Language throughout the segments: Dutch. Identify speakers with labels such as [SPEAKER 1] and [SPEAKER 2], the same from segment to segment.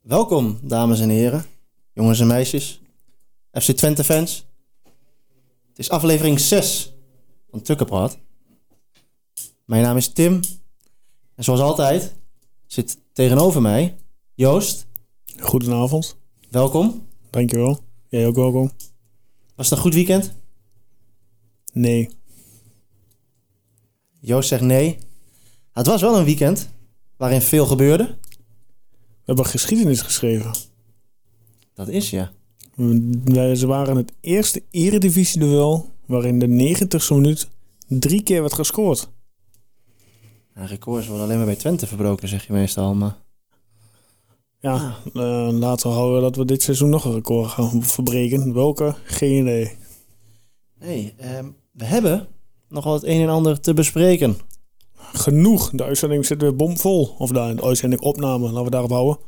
[SPEAKER 1] Welkom, dames en heren, jongens en meisjes, FC Twente fans. Het is aflevering 6 van Tukkenpraat. Mijn naam is Tim. En zoals altijd zit tegenover mij Joost.
[SPEAKER 2] Goedenavond.
[SPEAKER 1] Welkom.
[SPEAKER 2] Dankjewel. Jij ook welkom.
[SPEAKER 1] Was het een goed weekend?
[SPEAKER 2] Nee.
[SPEAKER 1] Joost zegt nee. Het was wel een weekend waarin veel gebeurde.
[SPEAKER 2] We hebben geschiedenis geschreven.
[SPEAKER 1] Dat is ja.
[SPEAKER 2] Wij- Ze waren het eerste eredivisie-duel waarin de 90ste minuut drie keer werd gescoord.
[SPEAKER 1] Ja, records worden alleen maar bij Twente verbroken, zeg je meestal. Maar
[SPEAKER 2] Ja, eh, laten we houden dat we dit seizoen nog een record gaan verbreken. Welke? Geen idee.
[SPEAKER 1] nee, ehm, we hebben nogal het een en ander te bespreken.
[SPEAKER 2] Genoeg. De uitzending zit weer bomvol. Of de de uitzending opname. Laten we daarop houden.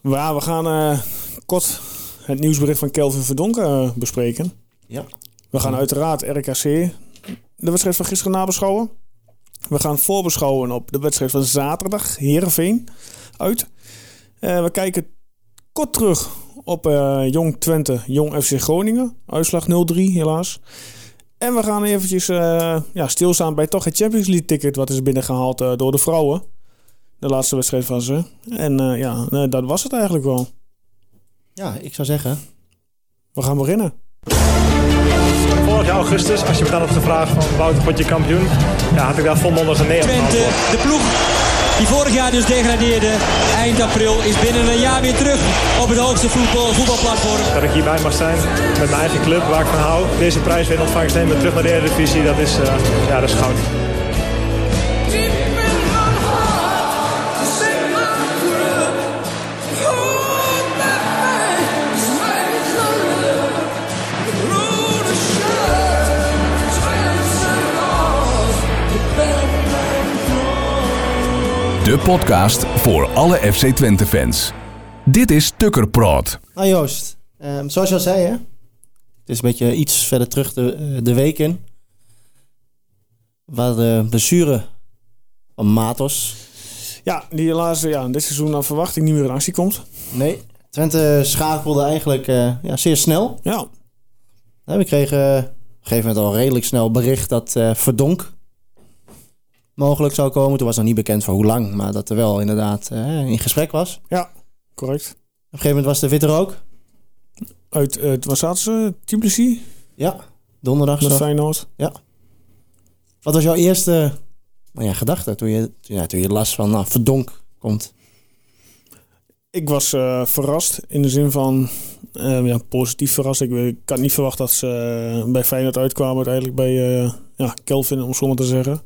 [SPEAKER 2] Maar ja, we gaan eh, kort het nieuwsbericht van Kelvin Verdonken eh, bespreken.
[SPEAKER 1] Ja.
[SPEAKER 2] We gaan uiteraard RKC, de wedstrijd van gisteren nabeschouwen. We gaan voorbeschouwen op de wedstrijd van zaterdag, Heerenveen, uit. Eh, we kijken kort terug op eh, Jong Twente, Jong FC Groningen. Uitslag 0-3 helaas. En we gaan eventjes eh, ja, stilstaan bij toch het Champions League ticket... wat is binnengehaald eh, door de vrouwen. De laatste wedstrijd van ze. En eh, ja, nee, dat was het eigenlijk wel.
[SPEAKER 1] Ja, ik zou zeggen,
[SPEAKER 2] We gaan beginnen.
[SPEAKER 3] Vorig jaar augustus, als je me dan op de vraag van Wouter, word je kampioen? Ja, had ik daar volmondig een nee op
[SPEAKER 4] Twente,
[SPEAKER 3] geantwoord.
[SPEAKER 4] de ploeg die vorig jaar dus degradeerde, eind april is binnen een jaar weer terug op het hoogste voetbal, voetbalplatform.
[SPEAKER 3] Dat ik hierbij mag zijn met mijn eigen club, waar ik van hou. Deze prijs weer in ontvangst nemen, terug naar de Eredivisie, dat is, eh, ja, dat is goud.
[SPEAKER 5] De podcast voor alle FC Twente fans. Dit is Tukker Praat.
[SPEAKER 1] Nou Joost, ehm, zoals je al zei hè, het is een beetje iets verder terug de, eh, de week in. Waar de blessure van Matos.
[SPEAKER 2] Ja, die helaas ja, dit seizoen naar verwachting niet meer in actie komt.
[SPEAKER 1] Nee, Twente schakelde eigenlijk eh, ja, zeer snel.
[SPEAKER 2] Ja,
[SPEAKER 1] Hè, We kregen eh, op een gegeven moment al redelijk snel bericht dat eh, Verdonk mogelijk zou komen. Toen was nog niet bekend voor hoe lang, maar dat er wel inderdaad eh, in gesprek was. Op een
[SPEAKER 2] correct.
[SPEAKER 1] gegeven moment was de Witter ook.
[SPEAKER 2] Uit, eh, het was zaten ze? Tbilisi?
[SPEAKER 1] Ja, donderdag.
[SPEAKER 2] Met
[SPEAKER 1] zo.
[SPEAKER 2] Feyenoord.
[SPEAKER 1] Wat was jouw eerste nou ja, gedachte toen je, toen, ja, toen je las van nou, verdonk komt?
[SPEAKER 2] Ik was eh, verrast in de zin van... eh, ja, positief verrast. Ik, weet- ik had niet verwacht dat ze eh, bij Feyenoord uitkwamen. Uiteindelijk bij eh, ja, Kelvin, om zo maar te zeggen.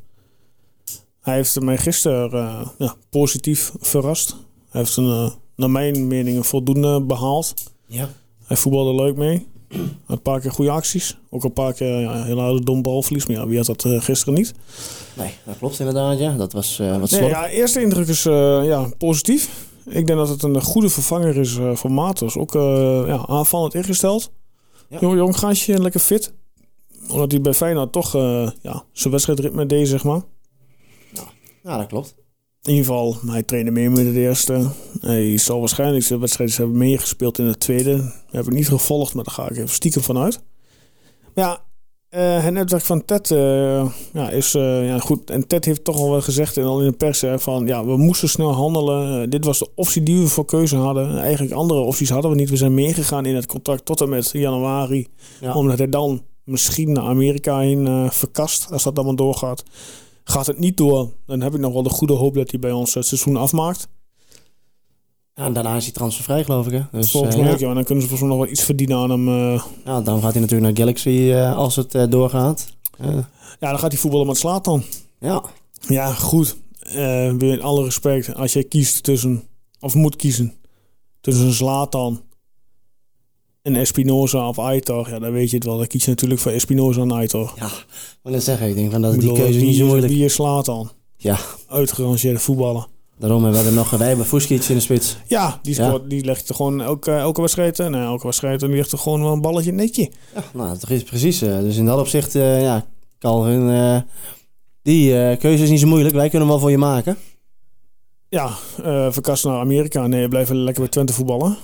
[SPEAKER 2] Hij heeft mij gisteren eh, ja, positief verrast. Hij heeft een, eh, naar mijn mening een voldoende behaald.
[SPEAKER 1] Ja.
[SPEAKER 2] Hij voetbalde leuk mee. Een paar keer goede acties. Ook een paar keer ja, heel oude dom balverlies. Maar ja, wie had dat eh, gisteren niet?
[SPEAKER 1] Nee, dat klopt inderdaad, ja. Dat was eh, wat
[SPEAKER 2] Nee,
[SPEAKER 1] slordig.
[SPEAKER 2] ja, eerste indruk is eh, ja, positief. Ik denk dat het een goede vervanger is eh, voor Matos. Ook eh ja, aanvallend ingesteld.
[SPEAKER 1] Ja.
[SPEAKER 2] Jong, jong gaasje, lekker fit. Omdat hij bij Feyenoord toch eh, ja, zijn wedstrijdritme deed, zeg maar.
[SPEAKER 1] Ja. dat klopt.
[SPEAKER 2] In ieder geval, hij trainde meer met de eerste. Hij zal waarschijnlijk zijn wedstrijden hebben meegespeeld in de tweede. Dat heb ik niet gevolgd, maar daar ga ik even stiekem van uit. Maar ja, eh, het netwerk van Ted eh, ja, is eh, ja, goed. En Ted heeft toch al wel gezegd, en al in de pers, hè, van ja, we moesten snel handelen. Eh, dit was de optie die we voor keuze hadden. Eigenlijk andere opties hadden we niet. We zijn meegegaan in het contract tot en met januari.
[SPEAKER 1] Ja.
[SPEAKER 2] Omdat hij dan misschien naar Amerika heen eh, verkast, als dat allemaal doorgaat. Gaat het niet door, dan heb ik nog wel de goede hoop dat hij bij ons eh, het seizoen afmaakt.
[SPEAKER 1] Ja, en daarna is hij transfervrij, geloof ik, hè. Dus,
[SPEAKER 2] Volgens
[SPEAKER 1] eh,
[SPEAKER 2] mij
[SPEAKER 1] ja.
[SPEAKER 2] ook, ja. En dan kunnen ze volgens mij nog wel iets verdienen aan hem. eh.
[SPEAKER 1] Ja, dan gaat hij natuurlijk naar Galaxy eh, als het eh, doorgaat. Eh,
[SPEAKER 2] ja, dan gaat hij voetballen met slaat dan.
[SPEAKER 1] ja,
[SPEAKER 2] Ja, goed. Eh, weer in alle respect, als jij kiest tussen, of moet kiezen, tussen Zlatan en Espinoza of Aitor, ja, dan weet je het wel. Dan kies je natuurlijk voor Espinoza en Aitor.
[SPEAKER 1] wat ik zeggen. Ik denk van, dat
[SPEAKER 2] Ik
[SPEAKER 1] Oh, die
[SPEAKER 2] bedoel,
[SPEAKER 1] keuze
[SPEAKER 2] wie-
[SPEAKER 1] niet zo moeilijk.
[SPEAKER 2] Wie is Zlatan?
[SPEAKER 1] Ja.
[SPEAKER 2] Uitgerangeerde voetballer.
[SPEAKER 1] Daarom hebben we er nog, eh, wij hebben Fuskic in de spits.
[SPEAKER 2] Ja, die,
[SPEAKER 1] Ja.
[SPEAKER 2] scoort, die legt er gewoon elke, elke wedstrijd, eh, nou, elke wedstrijd, en die legt er gewoon wel een balletje netje.
[SPEAKER 1] Ja, nou, dat is precies. eh, dus in dat opzicht, eh, ja, Calvin, eh, die eh, keuze is niet zo moeilijk. Wij kunnen hem wel voor je maken.
[SPEAKER 2] Ja, eh verkast naar Amerika. Nee, blijven lekker bij Twente voetballen.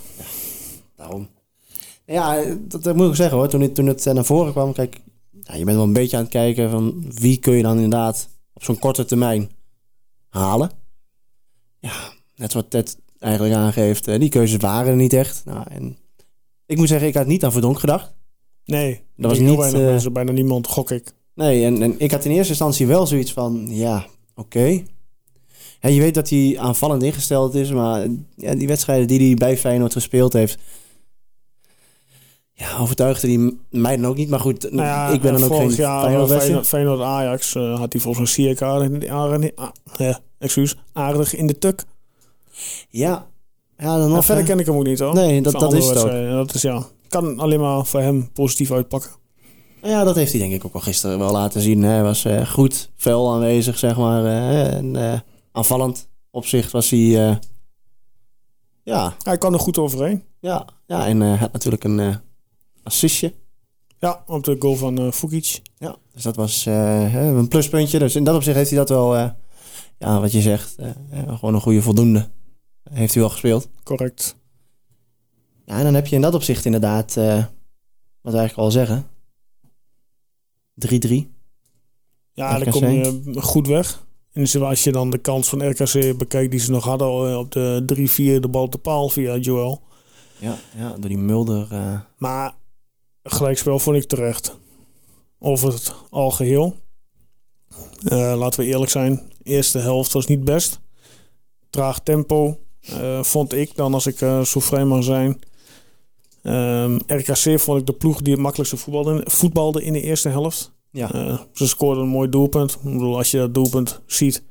[SPEAKER 1] Daarom. Ja, dat, dat moet ik zeggen hoor. Toen het, toen het eh, naar voren kwam, kijk, ja, je bent wel een beetje aan het kijken van wie kun je dan inderdaad op zo'n korte termijn halen. Ja, net wat Ted eigenlijk aangeeft, eh, die keuzes waren er niet echt. Nou, en ik moet zeggen, ik had niet aan Verdonk gedacht.
[SPEAKER 2] Nee,
[SPEAKER 1] Dat was
[SPEAKER 2] heel
[SPEAKER 1] niet,
[SPEAKER 2] weinig
[SPEAKER 1] eh,
[SPEAKER 2] mensen, bijna niemand, gok ik.
[SPEAKER 1] Nee, en, en ik had in eerste instantie wel zoiets van, ja, oké. Hè, Je weet dat hij aanvallend ingesteld is, maar ja, die wedstrijden die hij bij Feyenoord gespeeld heeft... Ja, overtuigde die m- mij dan ook niet. Maar goed,
[SPEAKER 2] Nou ja,
[SPEAKER 1] ik ben
[SPEAKER 2] en
[SPEAKER 1] dan ook geen
[SPEAKER 2] vorig jaar eh,
[SPEAKER 1] Feyenoord
[SPEAKER 2] Feyenoord, Feyenoord Ajax eh, had hij volgens een circa aardig, aardig, ah, eh, excuus, aardig in de tuk.
[SPEAKER 1] Ja, ja dan
[SPEAKER 2] Maar
[SPEAKER 1] nog.
[SPEAKER 2] verder
[SPEAKER 1] hè.
[SPEAKER 2] ken ik hem ook niet hoor.
[SPEAKER 1] eh? Nee, dat-
[SPEAKER 2] Van
[SPEAKER 1] dat
[SPEAKER 2] andere
[SPEAKER 1] is het ook.
[SPEAKER 2] wedstrijden. En Dat is ja, kan alleen maar voor hem positief uitpakken.
[SPEAKER 1] Ja, dat heeft hij denk ik ook al gisteren wel laten zien. Hè. Hij was eh, goed, fel aanwezig, zeg maar. eh, en eh, aanvallend opzicht was hij... eh, ja,
[SPEAKER 2] Hij kan er goed overheen.
[SPEAKER 1] ja, ja, en eh, had natuurlijk een eh, assistje.
[SPEAKER 2] Ja, op de goal van eh Fukic.
[SPEAKER 1] Ja, dus dat was eh, hè, een pluspuntje. Dus in dat opzicht heeft hij dat wel, eh, ja, wat je zegt, eh, eh, gewoon een goede voldoende. Heeft hij wel gespeeld.
[SPEAKER 2] Correct.
[SPEAKER 1] Ja, en dan heb je in dat opzicht inderdaad, eh, wat we eigenlijk al zeggen, 3-3.
[SPEAKER 2] Ja,
[SPEAKER 1] RKC.
[SPEAKER 2] daar kom je eh, goed weg. En zo als je dan de kans van RKC bekijkt die ze nog hadden eh, op de 3-4, de bal te paal via Joel.
[SPEAKER 1] Ja, ja, door die Mulder. eh,
[SPEAKER 2] Maar gelijkspel vond ik terecht. Over het algeheel. Eh, laten we eerlijk zijn. Eerste helft was niet best. Traag tempo. eh, vond ik dan, als ik eh, zo vrij mag zijn. Ehm, RKC vond ik de ploeg die het makkelijkste voetbalde, voetbalde in de eerste helft.
[SPEAKER 1] ja,
[SPEAKER 2] Eh, ze scoorden een mooi doelpunt. Ik bedoel, als je dat doelpunt ziet,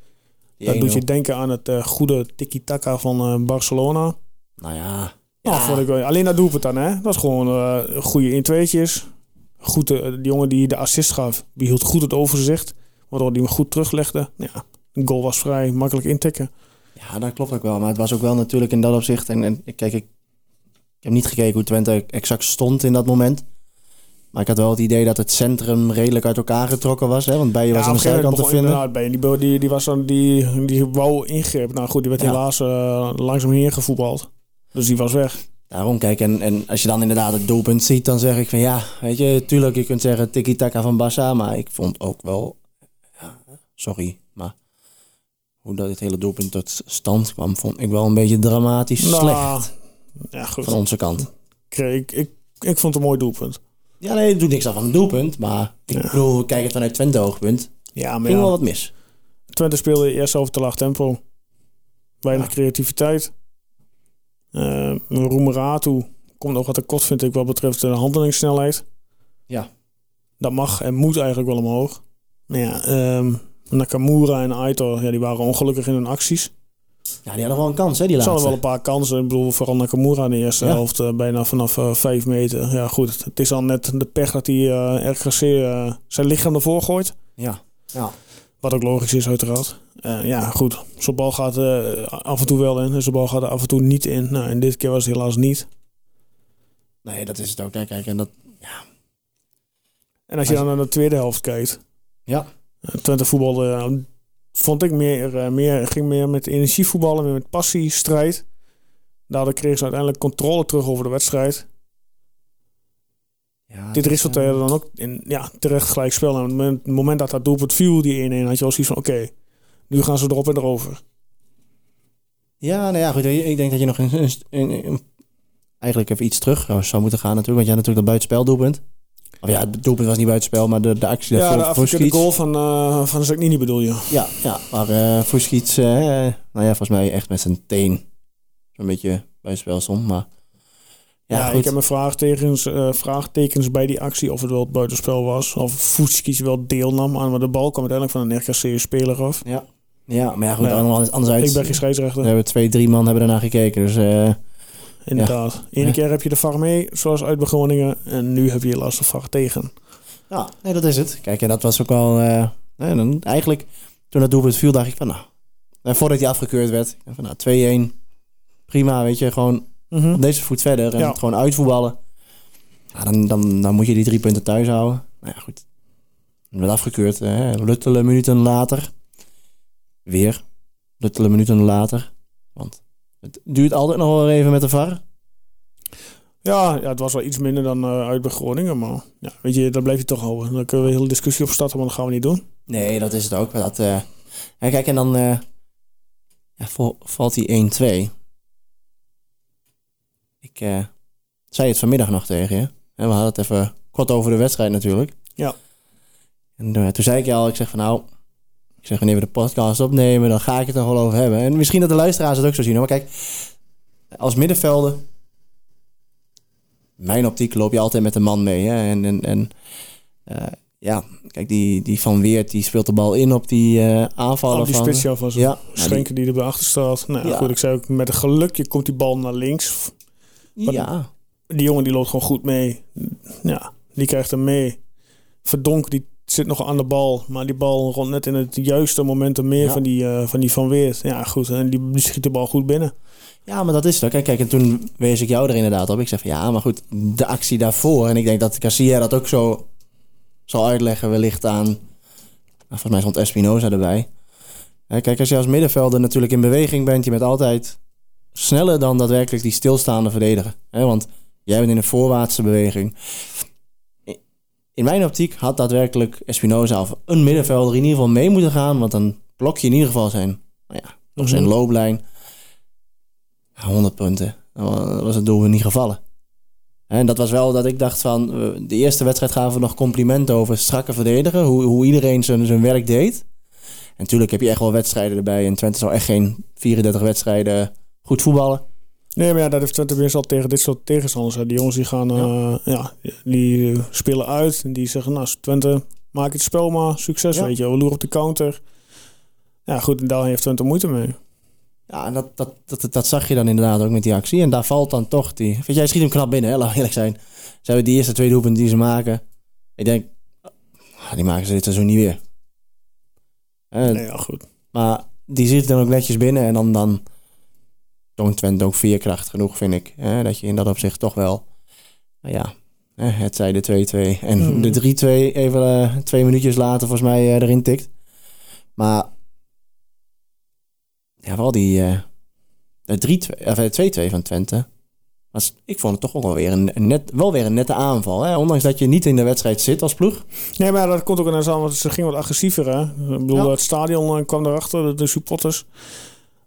[SPEAKER 1] die
[SPEAKER 2] dat
[SPEAKER 1] 1-0.
[SPEAKER 2] doet je denken aan het eh, goede tiki-taka van eh, Barcelona.
[SPEAKER 1] Nou ja,
[SPEAKER 2] Nou, vond ik wel. Alleen dat doelpunt dan, hè? Dat is gewoon eh, goede 1-2'tjes. Goed, eh, de jongen die de assist gaf, die hield goed het overzicht. Waardoor hij hem goed teruglegde. Ja, een goal was vrij, makkelijk intikken.
[SPEAKER 1] ja, dat klopt ook wel. Maar het was ook wel natuurlijk in dat opzicht. En, en kijk, ik, ik heb niet gekeken hoe Twente exact stond in dat moment. Maar ik had wel het idee dat het centrum redelijk uit elkaar getrokken was. Hè? Want bij je was
[SPEAKER 2] ja,
[SPEAKER 1] aan de zijkant te vinden.
[SPEAKER 2] inderdaad bij. Die, be- die, die, was dan, die, die wou ingrepen. Nou goed, die werd
[SPEAKER 1] Ja.
[SPEAKER 2] helaas eh, langzaam heen gevoetbald. Dus die was weg.
[SPEAKER 1] Daarom, kijk, en, en als je dan inderdaad het doelpunt ziet, dan zeg ik van ja, weet je, tuurlijk, je kunt zeggen tiki-taka van Bassa, maar ik vond ook wel, ja, sorry, maar hoe dat het hele doelpunt tot stand kwam, vond ik wel een beetje dramatisch slecht
[SPEAKER 2] Nou, ja, goed.
[SPEAKER 1] van onze kant.
[SPEAKER 2] Ik, ik, ik, ik vond het een mooi doelpunt.
[SPEAKER 1] Ja, nee, het doet niks af van het doelpunt, maar ik
[SPEAKER 2] Ja.
[SPEAKER 1] bedoel, kijk het vanuit Twente-oogpunt,
[SPEAKER 2] Ja, maar
[SPEAKER 1] ging wel
[SPEAKER 2] ja,
[SPEAKER 1] wat mis.
[SPEAKER 2] Twente speelde eerst over te laag tempo. Weinig
[SPEAKER 1] Ja.
[SPEAKER 2] creativiteit. Uh, Roemeratu komt nog wat tekort, vind ik, wat betreft de handelingssnelheid.
[SPEAKER 1] Ja.
[SPEAKER 2] Dat mag en moet eigenlijk wel omhoog. Maar ja, ehm, Nakamura en Aitor, ja, die waren ongelukkig in hun acties.
[SPEAKER 1] Ja, die hadden wel een kans, hè, die
[SPEAKER 2] Ze hadden
[SPEAKER 1] laatste.
[SPEAKER 2] wel een paar kansen. Ik bedoel, vooral Nakamura in de eerste
[SPEAKER 1] Ja.
[SPEAKER 2] helft, eh, bijna vanaf eh, vijf meter. Ja, goed. Het is al net de pech dat hij eh RKC eh, zijn lichaam ervoor gooit.
[SPEAKER 1] Ja, ja.
[SPEAKER 2] Wat ook logisch is, uiteraard. Eh, ja, goed. Zo'n bal gaat eh, af en toe wel in. En zo'n bal gaat er af en toe niet in. Nou, en dit keer was het helaas niet.
[SPEAKER 1] Nee, dat is het ook, hè, kijk, en dat,
[SPEAKER 2] En als je dan naar de tweede helft kijkt.
[SPEAKER 1] Ja.
[SPEAKER 2] eh, Twente voetbalde, eh, vond ik, meer, eh, meer, ging meer met energie voetballen. Meer met passie, strijd. Daardoor kregen ze uiteindelijk controle terug over de wedstrijd.
[SPEAKER 1] ja
[SPEAKER 2] dit
[SPEAKER 1] dat,
[SPEAKER 2] resulteerde dan ook in ja, terecht gelijk spel. En op het moment- het moment dat dat doelpunt viel, die 1-1, had je al zoiets van... Oké, nu gaan ze erop en erover.
[SPEAKER 1] Ja, nou ja, goed. Ik denk dat je nog een, een- een- een- eigenlijk even iets terug eh, zou moeten gaan natuurlijk. Want jij had natuurlijk dat buitenspeldoelpunt. Of ja, het doelpunt was niet buitenspel, maar de, de actie
[SPEAKER 2] Ja,
[SPEAKER 1] daarvoor
[SPEAKER 2] de
[SPEAKER 1] voor
[SPEAKER 2] Afrikaanse
[SPEAKER 1] Schiets.
[SPEAKER 2] goal van, eh van Zaknini bedoel je.
[SPEAKER 1] Ja, ja, maar eh voor Schiets, eh, nou ja, volgens mij echt met zijn teen. Zo'n beetje buitenspel soms, maar... Ja,
[SPEAKER 2] Ja,
[SPEAKER 1] goed.
[SPEAKER 2] ik heb mijn vraagtekens, eh, vraagtekens bij die actie of het wel het buitenspel was. Of Voetskies wel deelnam aan, maar de bal kwam uiteindelijk van een RKC-speler af.
[SPEAKER 1] Ja, maar ja, goed,
[SPEAKER 2] Nou Ja.
[SPEAKER 1] Anders, anders uit.
[SPEAKER 2] Ik ben geen
[SPEAKER 1] we
[SPEAKER 2] scheidsrechter,
[SPEAKER 1] hebben twee, drie man hebben daarna gekeken, dus... eh,
[SPEAKER 2] inderdaad. Eén
[SPEAKER 1] Ja.
[SPEAKER 2] keer heb je de VAR mee, zoals uit bij Groningen. En nu heb je helaas de VAR tegen.
[SPEAKER 1] Ja, nee, dat is het. Kijk, en dat was ook wel... eh, nee, dan, eigenlijk, toen dat doelpunt viel, dacht ik van... Nou, en voordat hij afgekeurd werd, ik dacht van nou, 2-1. Prima, weet je. Gewoon op deze voet verder en
[SPEAKER 2] Ja.
[SPEAKER 1] het gewoon uitvoetballen. Ja, dan, dan, dan moet je die drie punten thuis houden. Nou ja, goed. Dan werd afgekeurd. Hè. Luttele minuten later. Weer. Luttele minuten later. Want het duurt altijd nog wel even met de VAR.
[SPEAKER 2] Ja, ja, het was wel iets minder dan eh, uit bij Groningen. Maar ja, weet je, daar blijf je toch houden. Dan kunnen we een hele discussie op starten, maar dat gaan we niet doen.
[SPEAKER 1] Nee, dat is het ook. maar Dat, eh, hè, kijk, en dan eh, ja, val- valt hij 1-2. Ik eh, zei het vanmiddag nog tegen je. En we hadden het even kort over de wedstrijd natuurlijk.
[SPEAKER 2] Ja.
[SPEAKER 1] En eh, toen zei ik je al, ik zeg van nou, ik zeg wanneer we de podcast opnemen, dan ga ik het er wel over hebben. En misschien dat de luisteraars het ook zo zien. hoor. Maar kijk, als middenvelder, in mijn optiek loop je altijd met de man mee. Hè? En, en, en eh, ja, kijk, die, die Van Weert, die speelt de bal in op die eh aanvallen
[SPEAKER 2] Al die
[SPEAKER 1] van...
[SPEAKER 2] speciaal van zo'n
[SPEAKER 1] Ja,
[SPEAKER 2] Schenken die erbij achter staat. Nou
[SPEAKER 1] Ja.
[SPEAKER 2] goed, ik zei ook met een gelukje komt die bal naar links.
[SPEAKER 1] die- ja.
[SPEAKER 2] Die jongen die loopt gewoon goed mee. Ja, die krijgt hem mee. Verdonk die zit nog aan de bal. Maar die bal rond net in het juiste moment er meer
[SPEAKER 1] Ja.
[SPEAKER 2] van, die, eh, van die Van Weert. Ja goed, en die die schiet de bal goed binnen.
[SPEAKER 1] Ja, maar dat is het. ook. Kijk, kijk, en toen wees ik jou er inderdaad op. Ik zeg van ja, maar goed, de actie daarvoor. En ik denk dat Casilla dat ook zo zal uitleggen, wellicht aan. nou, volgens mij stond Espinoza erbij. Hè, Kijk, als je als middenvelder natuurlijk in beweging bent, je bent altijd sneller dan daadwerkelijk die stilstaande verdediger. Hè, want jij bent in een voorwaartse beweging. In- In mijn optiek had daadwerkelijk Espinoza of een middenvelder in ieder geval mee moeten gaan, want dan blok je in ieder geval zijn, nou ja, of zijn
[SPEAKER 2] Mhm.
[SPEAKER 1] looplijn. Ja, 100 punten. Dan wa- was het doel weer niet gevallen. En dat was wel dat ik dacht van... eh, De eerste wedstrijd gaven we nog complimenten over strakke verdedigen. Hoe, hoe iedereen zijn, zijn werk deed. En natuurlijk heb je echt wel wedstrijden erbij. En Twente zal echt geen 34 wedstrijden goed voetballen.
[SPEAKER 2] Nee, maar ja, dat heeft Twente meestal tegen dit soort tegenstanders. hè. Die jongens die gaan, eh, ja. die eh, spelen uit. En die zeggen, nou Twente, maak het spel maar. Succes,
[SPEAKER 1] Ja.
[SPEAKER 2] weet je. wel. We loeren op de counter. Ja goed, en daar heeft Twente moeite mee.
[SPEAKER 1] Ja, en dat, dat, dat, dat, dat zag je dan inderdaad ook met die actie. En daar valt dan toch die... Vind jij, schiet hem knap binnen, hè? laten we eerlijk zijn. Ze hebben die eerste twee doelpunten die ze maken. Ik denk, ah, die maken ze dit seizoen niet weer. Hè,
[SPEAKER 2] Nee, ja goed.
[SPEAKER 1] Maar die zit dan ook netjes binnen. En dan, dan toont Twente ook veerkracht genoeg, vind ik. Hè? Dat je in dat opzicht toch wel... Nou ja, hè, het zij de 2-2 en
[SPEAKER 2] Mm.
[SPEAKER 1] de 3-2 even eh, twee minuutjes later volgens mij eh, erin tikt. Maar ja, vooral die eh, de 3-2 of, eh, 2-2 van Twente. Was, ik vond het toch ook wel weer een, een net, wel weer een nette aanval. Hè? Ondanks dat je niet in de wedstrijd zit als ploeg.
[SPEAKER 2] Nee, maar dat komt ook ineens aan, want ze ging wat agressiever. Hè? Ik bedoel,
[SPEAKER 1] Ja.
[SPEAKER 2] het stadion eh, kwam erachter, de, de supporters.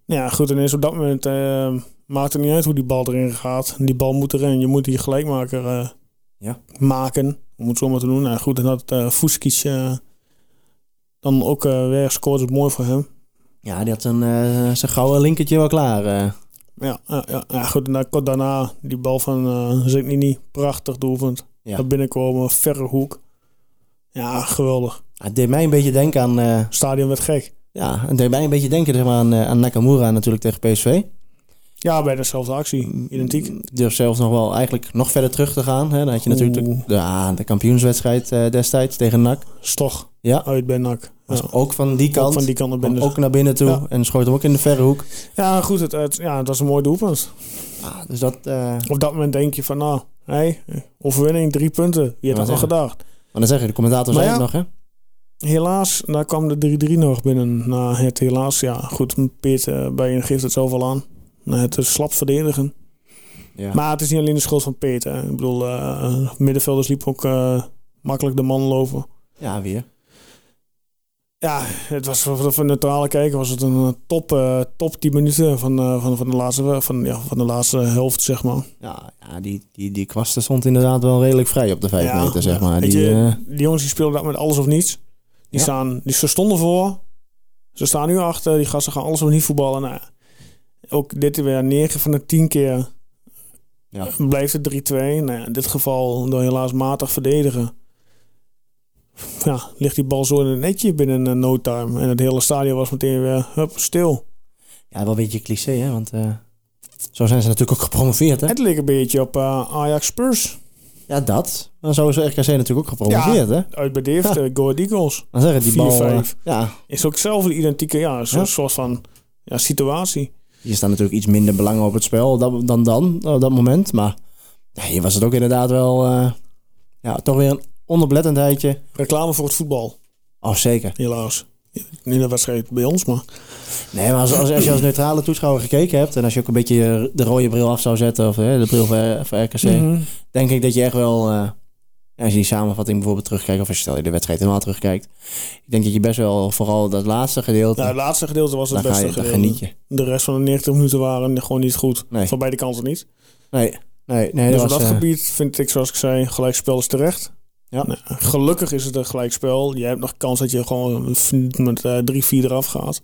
[SPEAKER 2] Ja, goed, en eens op dat moment eh, maakt het niet uit hoe die bal erin gaat. Die bal moet erin, je moet die gelijkmaker eh,
[SPEAKER 1] Ja.
[SPEAKER 2] maken, om het zo maar te doen. Nou goed, en dat eh Fuskic eh, dan ook eh, weer scoort, is mooi voor hem.
[SPEAKER 1] Ja, die had een, eh, zijn gouden linkertje wel klaar. eh.
[SPEAKER 2] Ja, ja, ja, ja, goed, en dan kort daarna die bal van eh Ziknini, prachtig doelpunt.
[SPEAKER 1] Ja.
[SPEAKER 2] Naar binnenkomen, verre hoek. Ja, geweldig.
[SPEAKER 1] Het deed mij een beetje denken aan... eh,
[SPEAKER 2] Stadion werd gek.
[SPEAKER 1] ja, het deed mij een beetje denken zeg maar, aan, eh, aan Nakamura natuurlijk tegen PSV.
[SPEAKER 2] Ja, bij dezelfde actie. Identiek.
[SPEAKER 1] Ik durf zelfs nog wel eigenlijk nog verder terug te gaan. Hè. Dan had je
[SPEAKER 2] Oeh.
[SPEAKER 1] natuurlijk de, ja, de kampioenswedstrijd eh, destijds tegen NAC.
[SPEAKER 2] Stoch.
[SPEAKER 1] Ja.
[SPEAKER 2] Uit bij NAC.
[SPEAKER 1] Was
[SPEAKER 2] Ja.
[SPEAKER 1] Dus ook van die
[SPEAKER 2] Ook
[SPEAKER 1] kant.
[SPEAKER 2] van die kant
[SPEAKER 1] kwam
[SPEAKER 2] ben
[SPEAKER 1] ook naar binnen toe
[SPEAKER 2] Ja.
[SPEAKER 1] en schoot hem ook in de verre hoek.
[SPEAKER 2] Ja, goed. Het, het- ja, het was een mooi doelpunt.
[SPEAKER 1] Ah, dus dat... eh,
[SPEAKER 2] Op dat moment denk je van, nou, hé, overwinning, drie punten. Wie had
[SPEAKER 1] Ja,
[SPEAKER 2] dat al
[SPEAKER 1] zeggen.
[SPEAKER 2] gedacht?
[SPEAKER 1] Maar dan zeg je, de commentator
[SPEAKER 2] Maar
[SPEAKER 1] zei het
[SPEAKER 2] ja.
[SPEAKER 1] nog, hè?
[SPEAKER 2] Helaas, daar kwam de 3-3 nog binnen. Na het helaas, ja, goed. Peert eh, bij je geeft het zoveel aan. Nou, het is slap verdedigen.
[SPEAKER 1] Ja.
[SPEAKER 2] Maar het is niet alleen de schuld van Peter. hè. Ik bedoel, eh, middenvelders liepen ook eh, makkelijk de man lopen.
[SPEAKER 1] ja, weer.
[SPEAKER 2] Ja, het was voor, voor neutrale kijker was het een eh, top, eh, top 10 minuten van, eh, van, van, de laatste, van, ja, van de laatste helft, zeg maar.
[SPEAKER 1] Ja, ja die, die, die kwasten stond inderdaad wel redelijk vrij op de vijf
[SPEAKER 2] ja,
[SPEAKER 1] meter, zeg maar.
[SPEAKER 2] Weet
[SPEAKER 1] Die,
[SPEAKER 2] je,
[SPEAKER 1] eh,
[SPEAKER 2] die jongens die speelden dat met alles of niets.
[SPEAKER 1] Ja.
[SPEAKER 2] Die, staan, die, ze stonden voor. Ze staan nu achter. Die gasten gaan alles of niet voetballen. Nou, ja. ook dit weer 9 van de 10 keer
[SPEAKER 1] ja.
[SPEAKER 2] blijft het 3-2. Nou, ja, in dit geval door helaas matig verdedigen. Ja, ligt die bal zo in het netje binnen eh, no time. En het hele stadion was meteen weer hup, stil.
[SPEAKER 1] ja, wel een beetje cliché, hè? Want eh, zo zijn ze natuurlijk ook gepromoveerd, hè?
[SPEAKER 2] Het leek een beetje op eh, Ajax Spurs.
[SPEAKER 1] Ja, dat. Maar zo is RKC natuurlijk ook gepromoveerd, hè?
[SPEAKER 2] Uit bij Deventer, Go Ahead Eagles.
[SPEAKER 1] Dan zeggen die
[SPEAKER 2] Vier,
[SPEAKER 1] bal... eh,
[SPEAKER 2] vijf.
[SPEAKER 1] ja,
[SPEAKER 2] Is ook hetzelfde identieke ja, zo,
[SPEAKER 1] Ja.
[SPEAKER 2] soort van ja, situatie.
[SPEAKER 1] hier staan natuurlijk iets minder belangen op het spel dan dan, dan op dat moment. Maar ja, hier was het ook inderdaad wel... eh, ja, toch weer een onoplettendheidje.
[SPEAKER 2] Reclame voor het voetbal,
[SPEAKER 1] Oh, zeker.
[SPEAKER 2] helaas. Niet een wedstrijd bij ons, maar...
[SPEAKER 1] Nee, maar als, als, als je als neutrale toeschouwer gekeken hebt... en als je ook een beetje de rode bril af zou zetten... of hè, de bril van, van RKC...
[SPEAKER 2] Mhm.
[SPEAKER 1] denk ik dat je echt wel... eh, als je die samenvatting bijvoorbeeld terugkijkt... of als je stel je de wedstrijd helemaal terugkijkt... ik denk dat je best wel vooral dat laatste gedeelte...
[SPEAKER 2] Nou, het laatste gedeelte was het
[SPEAKER 1] daar, ga
[SPEAKER 2] beste
[SPEAKER 1] je, daar
[SPEAKER 2] gedeelte.
[SPEAKER 1] geniet je.
[SPEAKER 2] De rest van de 90 minuten waren gewoon niet goed.
[SPEAKER 1] Nee.
[SPEAKER 2] Van beide kanten niet.
[SPEAKER 1] Nee, nee, nee.
[SPEAKER 2] dus
[SPEAKER 1] dat
[SPEAKER 2] op
[SPEAKER 1] was,
[SPEAKER 2] dat
[SPEAKER 1] eh,
[SPEAKER 2] gebied vind ik, zoals ik zei, gelijkspel is terecht.
[SPEAKER 1] Ja.
[SPEAKER 2] Nou, gelukkig is het een gelijkspel. Je hebt nog kans dat je gewoon met eh, 3-4 eraf gaat.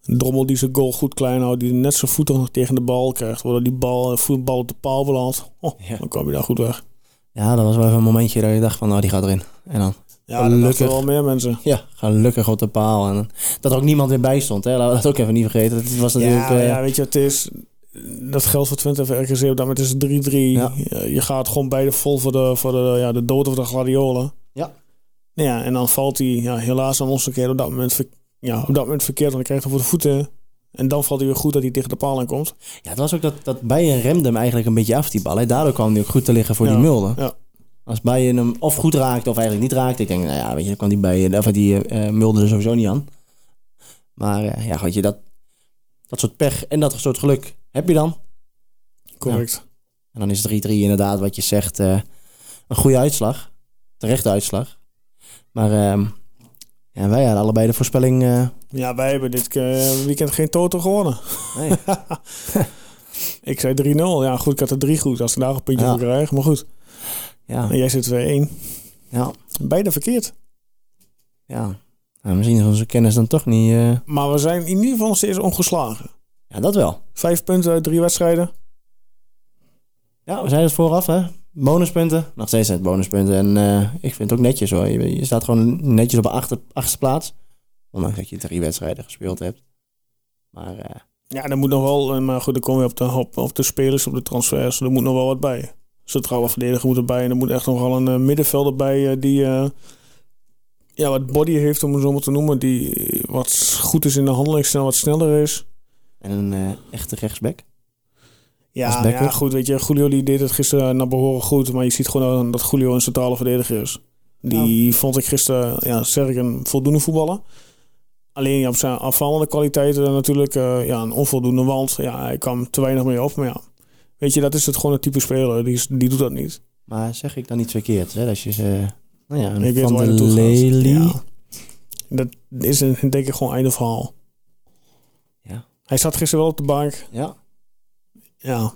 [SPEAKER 2] Drommel die zijn goal goed klein houdt, die net zijn voet nog tegen de bal krijgt, waardoor die bal, eh, voetbal op de paal belandt. Oh,
[SPEAKER 1] Ja.
[SPEAKER 2] Dan kwam je daar goed weg.
[SPEAKER 1] Ja, dat was wel even een momentje dat je dacht van... nou, die gaat erin. En dan...
[SPEAKER 2] Ja, dat dachten
[SPEAKER 1] Gelukkig.
[SPEAKER 2] wel meer mensen.
[SPEAKER 1] Ja, gelukkig op de paal. En dat er ook niemand weer bij stond. Hè? Laten we dat ook even niet vergeten. Het was natuurlijk...
[SPEAKER 2] Ja,
[SPEAKER 1] eh,
[SPEAKER 2] ja, weet je, het is. Dat geldt voor Twente en RKC. Op dat moment is het 3-3.
[SPEAKER 1] Ja.
[SPEAKER 2] Je- Je gaat gewoon beide vol voor de, voor de, ja, de dood of de gladiolen.
[SPEAKER 1] Ja.
[SPEAKER 2] Nou Ja, en dan valt hij ja, helaas aan ons een keer op dat moment, ver- ja, op dat moment verkeerd. Want hij krijgt hem voor de voeten. En dan valt hij weer goed dat hij tegen de paal aankomt.
[SPEAKER 1] Ja, het was ook dat, dat Bayern remde hem eigenlijk een beetje af, die bal. Hè. Daardoor kwam hij ook goed te liggen voor
[SPEAKER 2] Ja,
[SPEAKER 1] die Mulder.
[SPEAKER 2] ja.
[SPEAKER 1] Als Bayern hem of goed raakte of eigenlijk niet raakte. Ik denk, nou ja, weet je, dan kwam die, Bayern, of die eh, eh, Mulder er sowieso niet aan. Maar eh, ja, weet je, dat, dat soort pech en dat soort geluk heb je dan.
[SPEAKER 2] Correct.
[SPEAKER 1] En dan is 3-3 inderdaad, wat je zegt, eh, een goede uitslag. Terechte uitslag. Maar ehm, ja, wij hadden allebei de voorspelling... eh,
[SPEAKER 2] Ja, wij hebben dit eh, weekend geen toto gewonnen.
[SPEAKER 1] nee.
[SPEAKER 2] Ik zei 3-0. Ja, goed, ik had er 3 goed. Als ik daar een puntje
[SPEAKER 1] Ja.
[SPEAKER 2] voor krijg. Maar goed,
[SPEAKER 1] ja,
[SPEAKER 2] en jij zit 2-1.
[SPEAKER 1] ja,
[SPEAKER 2] Beide verkeerd.
[SPEAKER 1] ja. Nou, misschien is onze kennis dan toch niet... eh,
[SPEAKER 2] Maar we zijn in ieder geval steeds ongeslagen.
[SPEAKER 1] ja, dat wel.
[SPEAKER 2] Vijf punten uit drie wedstrijden.
[SPEAKER 1] Ja, we zeiden het vooraf, hè? Bonuspunten. Nog steeds zijn het bonuspunten. En eh, ik vind het ook netjes hoor. Je, je staat gewoon netjes op de achter, achtste plaats. Ondanks dat je drie wedstrijden gespeeld hebt. Maar eh,
[SPEAKER 2] Ja, er moet nog wel, eh, maar goed, dan komen we op de, op, op de spelers, op de transfers. Er moet nog wel wat bij. Centrale verdediger moet erbij. En er moet echt nog wel een eh, middenvelder bij eh, die eh, ja, wat body heeft, om het zo maar te noemen. Die eh, wat goed is in de handeling, snel wat sneller is.
[SPEAKER 1] en een eh, echte rechtsback. Als
[SPEAKER 2] Ja,
[SPEAKER 1] backup.
[SPEAKER 2] ja, goed, weet je, Julio die deed het gisteren naar behoren goed. Maar je ziet gewoon dat Julio een centrale verdediger is. Die vond ik gisteren, ja, zeg ik, een voldoende voetballer. Alleen ja, op zijn afvallende kwaliteiten natuurlijk eh, ja, een onvoldoende. Want ja, hij kwam te weinig mee op. Maar ja, weet je, dat is het gewoon het type speler. Die, is- die doet dat niet.
[SPEAKER 1] Maar zeg ik dan iets verkeerd, hè? Dat je ze... Nou ja,
[SPEAKER 2] ik
[SPEAKER 1] een
[SPEAKER 2] weet
[SPEAKER 1] Van
[SPEAKER 2] waar
[SPEAKER 1] de
[SPEAKER 2] je naartoe gaat.
[SPEAKER 1] Lely.
[SPEAKER 2] Ja. Dat is een, denk ik gewoon einde verhaal.
[SPEAKER 1] Ja.
[SPEAKER 2] Hij zat gisteren wel op de bank.
[SPEAKER 1] Ja.
[SPEAKER 2] Ja.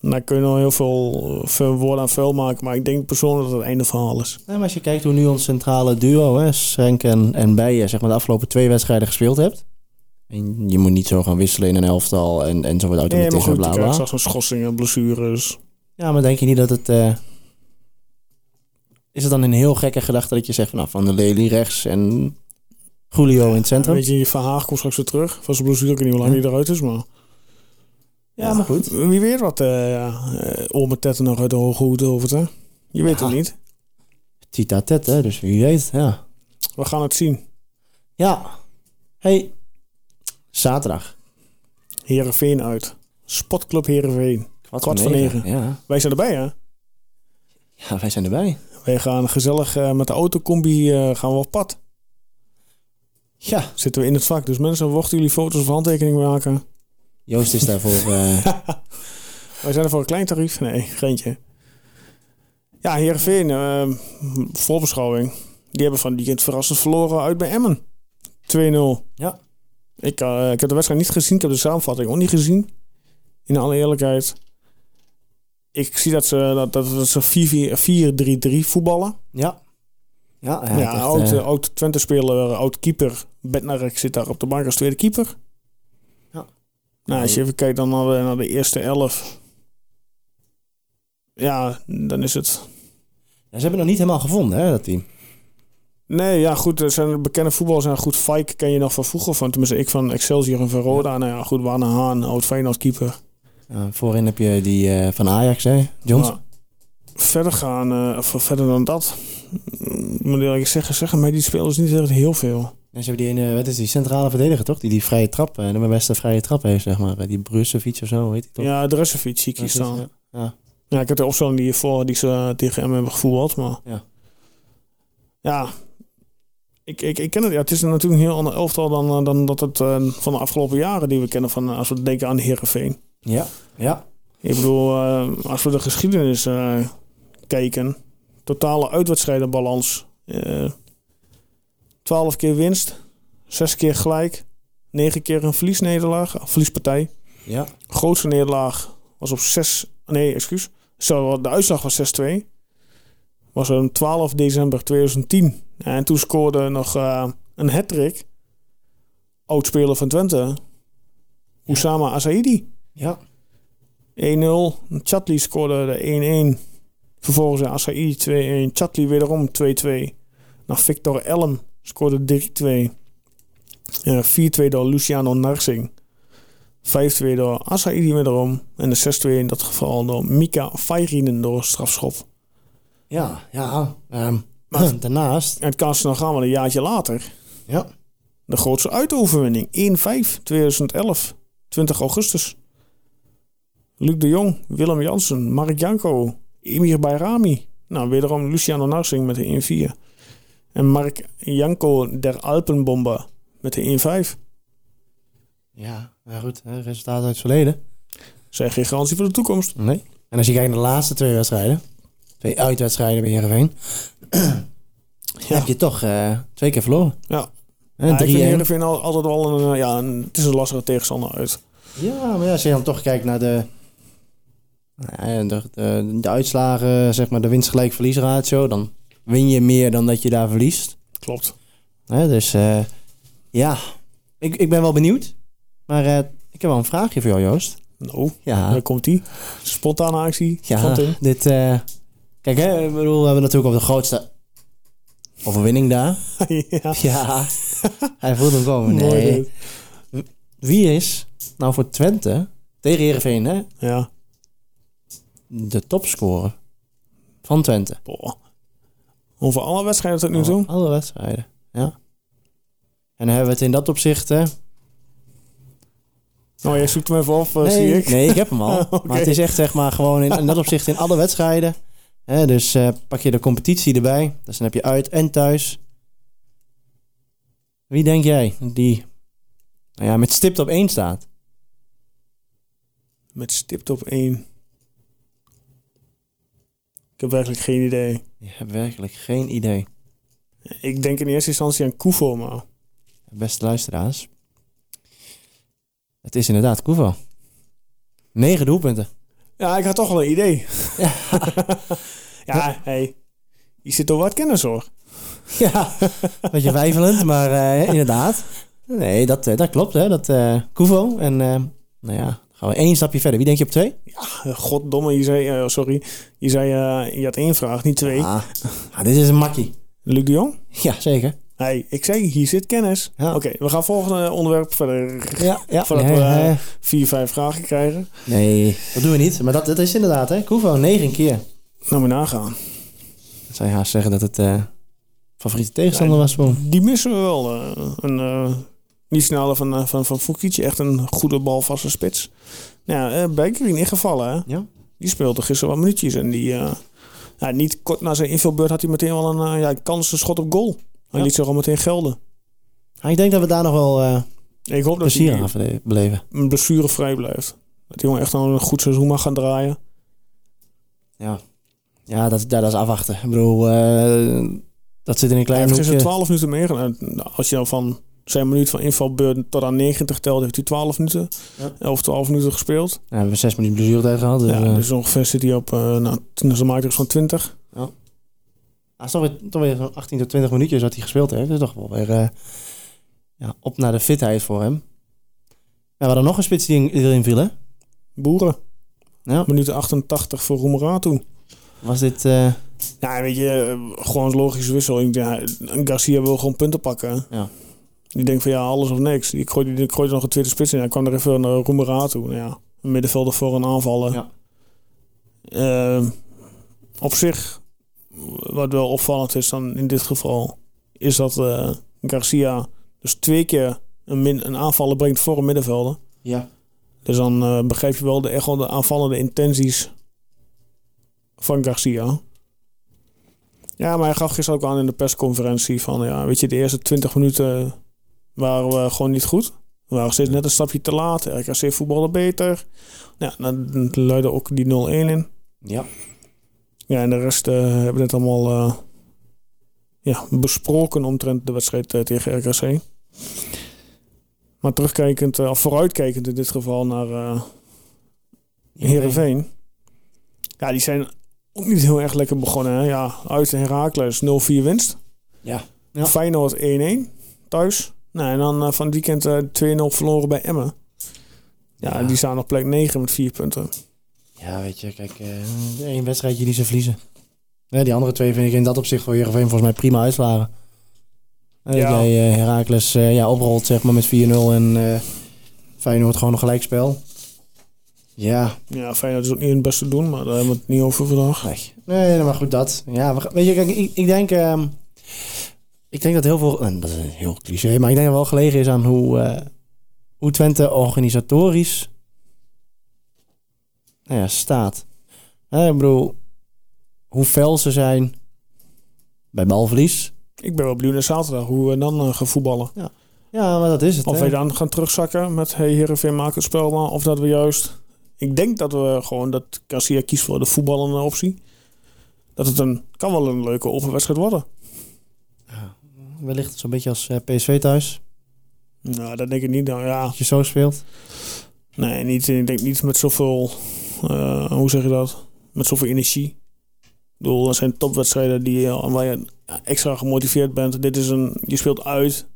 [SPEAKER 2] Daar kun je nog heel veel, veel woorden aan vuil maken. Maar ik denk persoonlijk dat het het einde verhaal is.
[SPEAKER 1] Nee, maar als je kijkt hoe nu ons centrale duo, hè, Schrenk en, en Bijen, zeg maar de afgelopen twee wedstrijden gespeeld hebt. En je moet niet zo gaan wisselen in een elftal en, en zo wat
[SPEAKER 2] Nee, maar
[SPEAKER 1] automatisme,
[SPEAKER 2] goed,
[SPEAKER 1] bla
[SPEAKER 2] ik
[SPEAKER 1] bla.
[SPEAKER 2] krijg straks een schorsing en blessures.
[SPEAKER 1] Ja, maar denk je niet dat het... eh, is het dan een heel gekke gedachte dat je zegt... Van, nou, Van de Lely rechts en Julio in het centrum?
[SPEAKER 2] Weet je, Van Haag komt straks weer terug. Van zijn blessure, ik weet niet hoe lang
[SPEAKER 1] Ja.
[SPEAKER 2] hij eruit is, maar... Ja,
[SPEAKER 1] maar goed.
[SPEAKER 2] Wie weet wat eh eh, Olme Tetten nog uit de hoge hoed over hè? Je weet
[SPEAKER 1] Ja.
[SPEAKER 2] het niet.
[SPEAKER 1] Tita tet, hè? Dus wie weet, ja.
[SPEAKER 2] We gaan het zien.
[SPEAKER 1] Ja. Hey, zaterdag.
[SPEAKER 2] Heerenveen uit. Spotclub Heerenveen.
[SPEAKER 1] Kwart,
[SPEAKER 2] van
[SPEAKER 1] Ja.
[SPEAKER 2] Wij zijn erbij, hè?
[SPEAKER 1] ja, wij zijn erbij.
[SPEAKER 2] Wij gaan gezellig eh, met de autocombi eh, gaan we op pad.
[SPEAKER 1] Ja,
[SPEAKER 2] Zitten we in het vak. Dus mensen, mochten jullie foto's of handtekeningen maken...
[SPEAKER 1] Joost is daarvoor... eh,
[SPEAKER 2] Wij zijn er voor een klein tarief. Nee, geintje. Ja, Heerenveen, eh voorbeschouwing. Die hebben van die weekend verrassend verloren uit bij Emmen. 2-0.
[SPEAKER 1] Ja.
[SPEAKER 2] Ik, eh, ik heb de wedstrijd niet gezien. Ik heb de samenvatting ook niet gezien. In alle eerlijkheid. Ik zie dat ze, dat, dat, dat ze 4-4-3-3 voetballen.
[SPEAKER 1] ja. Ja, ja,
[SPEAKER 2] Ja,
[SPEAKER 1] echt,
[SPEAKER 2] oud,
[SPEAKER 1] eh,
[SPEAKER 2] eh, oud Twente-speler, eh, oud keeper. Bednarek zit daar op de bank als tweede keeper.
[SPEAKER 1] Ja.
[SPEAKER 2] Nou, als je even kijkt dan naar de, naar de eerste elf. Ja, dan is het...
[SPEAKER 1] ja, ze hebben het nog niet helemaal gevonden, hè, dat team.
[SPEAKER 2] Nee, ja goed, er zijn bekende voetballers. zijn goed, Fike ken je nog van vroeger. Van, tenminste, ik van Excelsior en van Roda. Nou ja, goed, Warne Haan, oud Feyenoord keeper.
[SPEAKER 1] Ja, voorin heb je die eh, van Ajax, hè? Johnson.
[SPEAKER 2] Maar verder gaan, eh, of verder dan dat... mm, Moet ik eerlijk zeggen, zeggen mij die spelers niet echt heel veel.
[SPEAKER 1] En ze hebben die ene, wat is die centrale verdediger toch? Die die vrije trap, eh, de beste vrije trap heeft, zeg maar. Eh, Die Brusevic of zo, weet ik toch? eh,
[SPEAKER 2] Ja, Dressefiets zie ik hier
[SPEAKER 1] Precies,
[SPEAKER 2] staan.
[SPEAKER 1] ja. Ja.
[SPEAKER 2] Ja, ik heb de opstelling eh, die, voor, die ze tegen hem hebben gevoeld, maar...
[SPEAKER 1] Ja.
[SPEAKER 2] Ja, Ik, ik, ik ken het. Ja, het is natuurlijk een heel ander elftal dan, eh, dan dat het eh, van de afgelopen jaren die we kennen. Van, eh, als we denken aan Herenveen.
[SPEAKER 1] Ja, ja.
[SPEAKER 2] Ik bedoel, eh, als we de geschiedenis eh, kijken, totale uitwedstrijdenbalans. eh 12 keer winst, 6 keer gelijk, 9 keer een verliesnederlaag, of verliespartij.
[SPEAKER 1] Ja,
[SPEAKER 2] Grootste nederlaag was op 6, nee, excuus. Zo, De uitslag was 6-2. Was een 12 december 2010. En toen scoorde nog eh, een hat-trick. Oudspeler van Twente, Oussama Asaidi.
[SPEAKER 1] ja.
[SPEAKER 2] 1-0. Chatli scoorde de 1-1. Vervolgens de Asaidi 2-1. Chatli wederom 2-2. Nou, Victor Elm scoorde 3-2. Eh, 4-2 door Luciano Narsing. 5-2 door Asaidi wederom. En de 6-2 in dat geval door Mika Feirinen door een strafschop.
[SPEAKER 1] Ja, ja. ehm, maar daarnaast,
[SPEAKER 2] En het kan snel gaan, want een jaartje later.
[SPEAKER 1] ja.
[SPEAKER 2] De grootste uitoverwinning. 1-5 2011. 20 augustus. Luc de Jong, Willem Jansen, Mark Janko, Emir Bayrami. Nou, wederom Luciano Narsing met de 1-4. En Mark Janko der Alpenbomber met de 1-5.
[SPEAKER 1] Ja, maar goed, hè, resultaat uit het verleden.
[SPEAKER 2] Zijn geen garantie voor de toekomst.
[SPEAKER 1] Nee. En als je kijkt naar de laatste twee wedstrijden, twee uitwedstrijden bij Heerenveen,
[SPEAKER 2] Ja.
[SPEAKER 1] heb je toch eh, twee keer verloren.
[SPEAKER 2] Ja.
[SPEAKER 1] Hè,
[SPEAKER 2] ja ik vind
[SPEAKER 1] 3-1.
[SPEAKER 2] Heerenveen al- altijd wel een... eh, Ja, een- het is een lastige tegenstander uit.
[SPEAKER 1] Ja, maar ja, als je dan toch kijkt naar de, nou ja, de, de, de uitslagen, zeg maar de winst-gelijk-verliesratio, dan win je meer dan dat je daar verliest.
[SPEAKER 2] Klopt.
[SPEAKER 1] Hè, dus eh, ja, ik, ik ben wel benieuwd. Maar eh, ik heb wel een vraagje voor jou, Joost.
[SPEAKER 2] Nou,
[SPEAKER 1] Ja,
[SPEAKER 2] daar komt die. Spontane actie van
[SPEAKER 1] Ah. ja
[SPEAKER 2] Tim.
[SPEAKER 1] dit... eh, kijk, hè, ik bedoel, we hebben natuurlijk ook de grootste overwinning daar.
[SPEAKER 2] ja.
[SPEAKER 1] Ja, hij voelt hem komen.
[SPEAKER 2] Mooi
[SPEAKER 1] Nee.
[SPEAKER 2] dit.
[SPEAKER 1] Wie is nou voor Twente, tegen Heerenveen, hè,
[SPEAKER 2] Ja.
[SPEAKER 1] de topscorer van Twente?
[SPEAKER 2] Boah. Over alle wedstrijden tot nu toe.
[SPEAKER 1] Alle wedstrijden, ja. En dan hebben we het in dat opzicht... Hè,
[SPEAKER 2] Oh, jij zoekt hem even op, eh, zie
[SPEAKER 1] nee,
[SPEAKER 2] ik.
[SPEAKER 1] nee, ik heb hem al.
[SPEAKER 2] Ah, oké.
[SPEAKER 1] Maar het is echt zeg maar gewoon in, in dat opzicht in alle wedstrijden. Hè, dus eh, pak je de competitie erbij. Dus dan heb je uit en thuis. Wie denk jij die nou ja, met stipt op één staat?
[SPEAKER 2] Met stipt op 1. Ik heb werkelijk geen idee.
[SPEAKER 1] Ik heb werkelijk geen idee.
[SPEAKER 2] Ik denk in eerste instantie aan Koevo, maar...
[SPEAKER 1] Beste luisteraars. Het is inderdaad Koevo. Negen doelpunten.
[SPEAKER 2] Ja, ik had toch wel een idee. ja, hey. Je zit toch wat kennis, hoor.
[SPEAKER 1] Ja, beetje wijvelend, maar eh, inderdaad. Nee, dat, eh, dat klopt. Hè. Dat, eh Koevo. En eh, nou ja, dan gaan we één stapje verder. Wie denk je op twee?
[SPEAKER 2] Eh, Goddomme, je zei... eh, sorry. Je zei... eh, je had één vraag, niet twee.
[SPEAKER 1] Ah, ah, dit is een makkie.
[SPEAKER 2] Luc de Jong?
[SPEAKER 1] Ja, zeker.
[SPEAKER 2] Hey, ik zei, hier zit kennis.
[SPEAKER 1] Ja.
[SPEAKER 2] Oké, we gaan volgende onderwerp verder.
[SPEAKER 1] Ja, ja.
[SPEAKER 2] Voordat
[SPEAKER 1] nee,
[SPEAKER 2] we
[SPEAKER 1] eh,
[SPEAKER 2] eh, vier, vijf vragen krijgen.
[SPEAKER 1] nee, dat doen we niet. Maar dat, dat is inderdaad, hè. Koevo, negen keer.
[SPEAKER 2] Nou, we nagaan.
[SPEAKER 1] Dat zou je haast zeggen dat het eh, favoriete tegenstander was voor hem.
[SPEAKER 2] Die missen we wel. eh, een, eh, niet sneller van, eh, van, van Fukic. Echt een goede balvaste spits. Nou, ja, eh Berggreen ingevallen. Hè?
[SPEAKER 1] Ja.
[SPEAKER 2] Die speelde gisteren wat minuutjes. En die, eh, ja, niet kort na zijn invalbeurt had hij meteen wel een eh, ja, kans, een schot op goal. Hij
[SPEAKER 1] Ja.
[SPEAKER 2] liet zich al meteen gelden.
[SPEAKER 1] Maar Ah, ik denk dat we daar nog wel eh,
[SPEAKER 2] Ik hoop dat
[SPEAKER 1] plezier
[SPEAKER 2] hij
[SPEAKER 1] aan verle- beleven.
[SPEAKER 2] een blessure vrij blijft. Dat die jongen echt nog een goed seizoen mag gaan draaien.
[SPEAKER 1] Ja, ja dat, ja, dat is afwachten. Ik bedoel, eh, dat zit in een
[SPEAKER 2] Hij
[SPEAKER 1] klein
[SPEAKER 2] heeft
[SPEAKER 1] hoekje.
[SPEAKER 2] gisteren 12 minuten meegedaan. Nou, Als je dan van zijn minuut van invalbeurt tot aan 90 telt, heeft hij 12 minuten.
[SPEAKER 1] Ja.
[SPEAKER 2] 11, 12 minuten gespeeld.
[SPEAKER 1] Ja, we hebben zes minuten blessuretijd gehad. Dus,
[SPEAKER 2] ja,
[SPEAKER 1] eh,
[SPEAKER 2] dus ongeveer zit hij op, eh nou, ze maakt er zo'n 20.
[SPEAKER 1] hij is toch weer, Ah, toch weer zo'n 18 tot 20 minuutjes wat hij gespeeld heeft. Dus toch wel weer eh, ja, op naar de fitheid voor hem. Ja, we hadden nog een spits die in- die erin viel, hè?
[SPEAKER 2] Boeren.
[SPEAKER 1] Ja.
[SPEAKER 2] Minuut 88 voor Roemerato.
[SPEAKER 1] Was dit... eh,
[SPEAKER 2] Ja, weet je, eh, gewoon een logische wissel. Ik denk, Ja, Garcia wil gewoon punten pakken.
[SPEAKER 1] Ja.
[SPEAKER 2] Die denkt van ja, alles of niks. Die gooit, die gooit er nog een tweede spits in. Hij kwam er even een uh, Roemerato. Nou Ja, een middenvelder voor een aanvaller.
[SPEAKER 1] Ja.
[SPEAKER 2] Eh, op zich, wat wel opvallend is dan in dit geval, is dat eh, Garcia dus twee keer een, min, een aanvaller brengt voor een middenvelder.
[SPEAKER 1] ja.
[SPEAKER 2] Dus dan eh, begrijp je wel de, echt wel de aanvallende intenties van Garcia. Ja, maar hij gaf gisteren ook aan in de persconferentie van, ja, weet je, de eerste 20 minuten waren we gewoon niet goed. We waren steeds net een stapje te laat. RKC voetbalde beter. Ja, dan luidde ook die 0-1 in.
[SPEAKER 1] Ja.
[SPEAKER 2] Ja, en de rest eh, hebben we net allemaal eh, ja, besproken omtrent de wedstrijd eh, tegen RKC. Maar terugkijkend, eh, of vooruitkijkend in dit geval naar eh Heerenveen. Ja, die zijn ook niet heel erg lekker begonnen. Hè? Ja, uit Herakles 0-4 winst.
[SPEAKER 1] Ja.
[SPEAKER 2] Feyenoord 1-1 thuis. Nou, en dan eh, van het weekend eh, 2-0 verloren bij Emmen. Ja,
[SPEAKER 1] Ja.
[SPEAKER 2] die staan op plek 9 met 4 punten.
[SPEAKER 1] Ja, weet je, kijk, eh één wedstrijdje die ze verliezen. Nee, die andere twee vind ik in dat opzicht voor Heerenveen volgens mij prima uitslagen. En dat
[SPEAKER 2] Ja.
[SPEAKER 1] jij eh, Heracles eh, ja, oprolt zeg maar met 4-0 en eh Feyenoord gewoon een gelijkspel. Ja,
[SPEAKER 2] Ja, Feyenoord is ook niet het beste doen, maar daar hebben we het niet over vandaag.
[SPEAKER 1] nee. Nee, maar goed dat. Ja, we gaan- weet je, kijk, ik, ik denk... ehm, ik denk dat heel veel... En dat is een heel cliché, maar ik denk dat wel gelegen is aan hoe, eh, hoe Twente organisatorisch nou ja, staat. Hè, ik bedoel, hoe fel ze zijn bij balverlies.
[SPEAKER 2] Ik ben wel benieuwd naar zaterdag hoe we dan eh, gaan voetballen.
[SPEAKER 1] Ja, maar dat is het.
[SPEAKER 2] Of
[SPEAKER 1] hè.
[SPEAKER 2] wij dan gaan terugzakken met hey, Heerenveen maak het spel maar. Of dat we juist... Ik denk dat we gewoon dat Garcia kiest voor de voetballende optie. Dat het een, kan wel een leuke open wedstrijd worden.
[SPEAKER 1] Wellicht zo'n beetje als eh, PSV thuis.
[SPEAKER 2] Nou, dat denk ik niet. Nou, ja,
[SPEAKER 1] Dat je zo speelt.
[SPEAKER 2] nee, niet, ik denk niet met zoveel... eh, hoe zeg je dat? Met zoveel energie. Ik bedoel, dat zijn topwedstrijden die, eh, waar je extra gemotiveerd bent. Dit is een... Je speelt uit.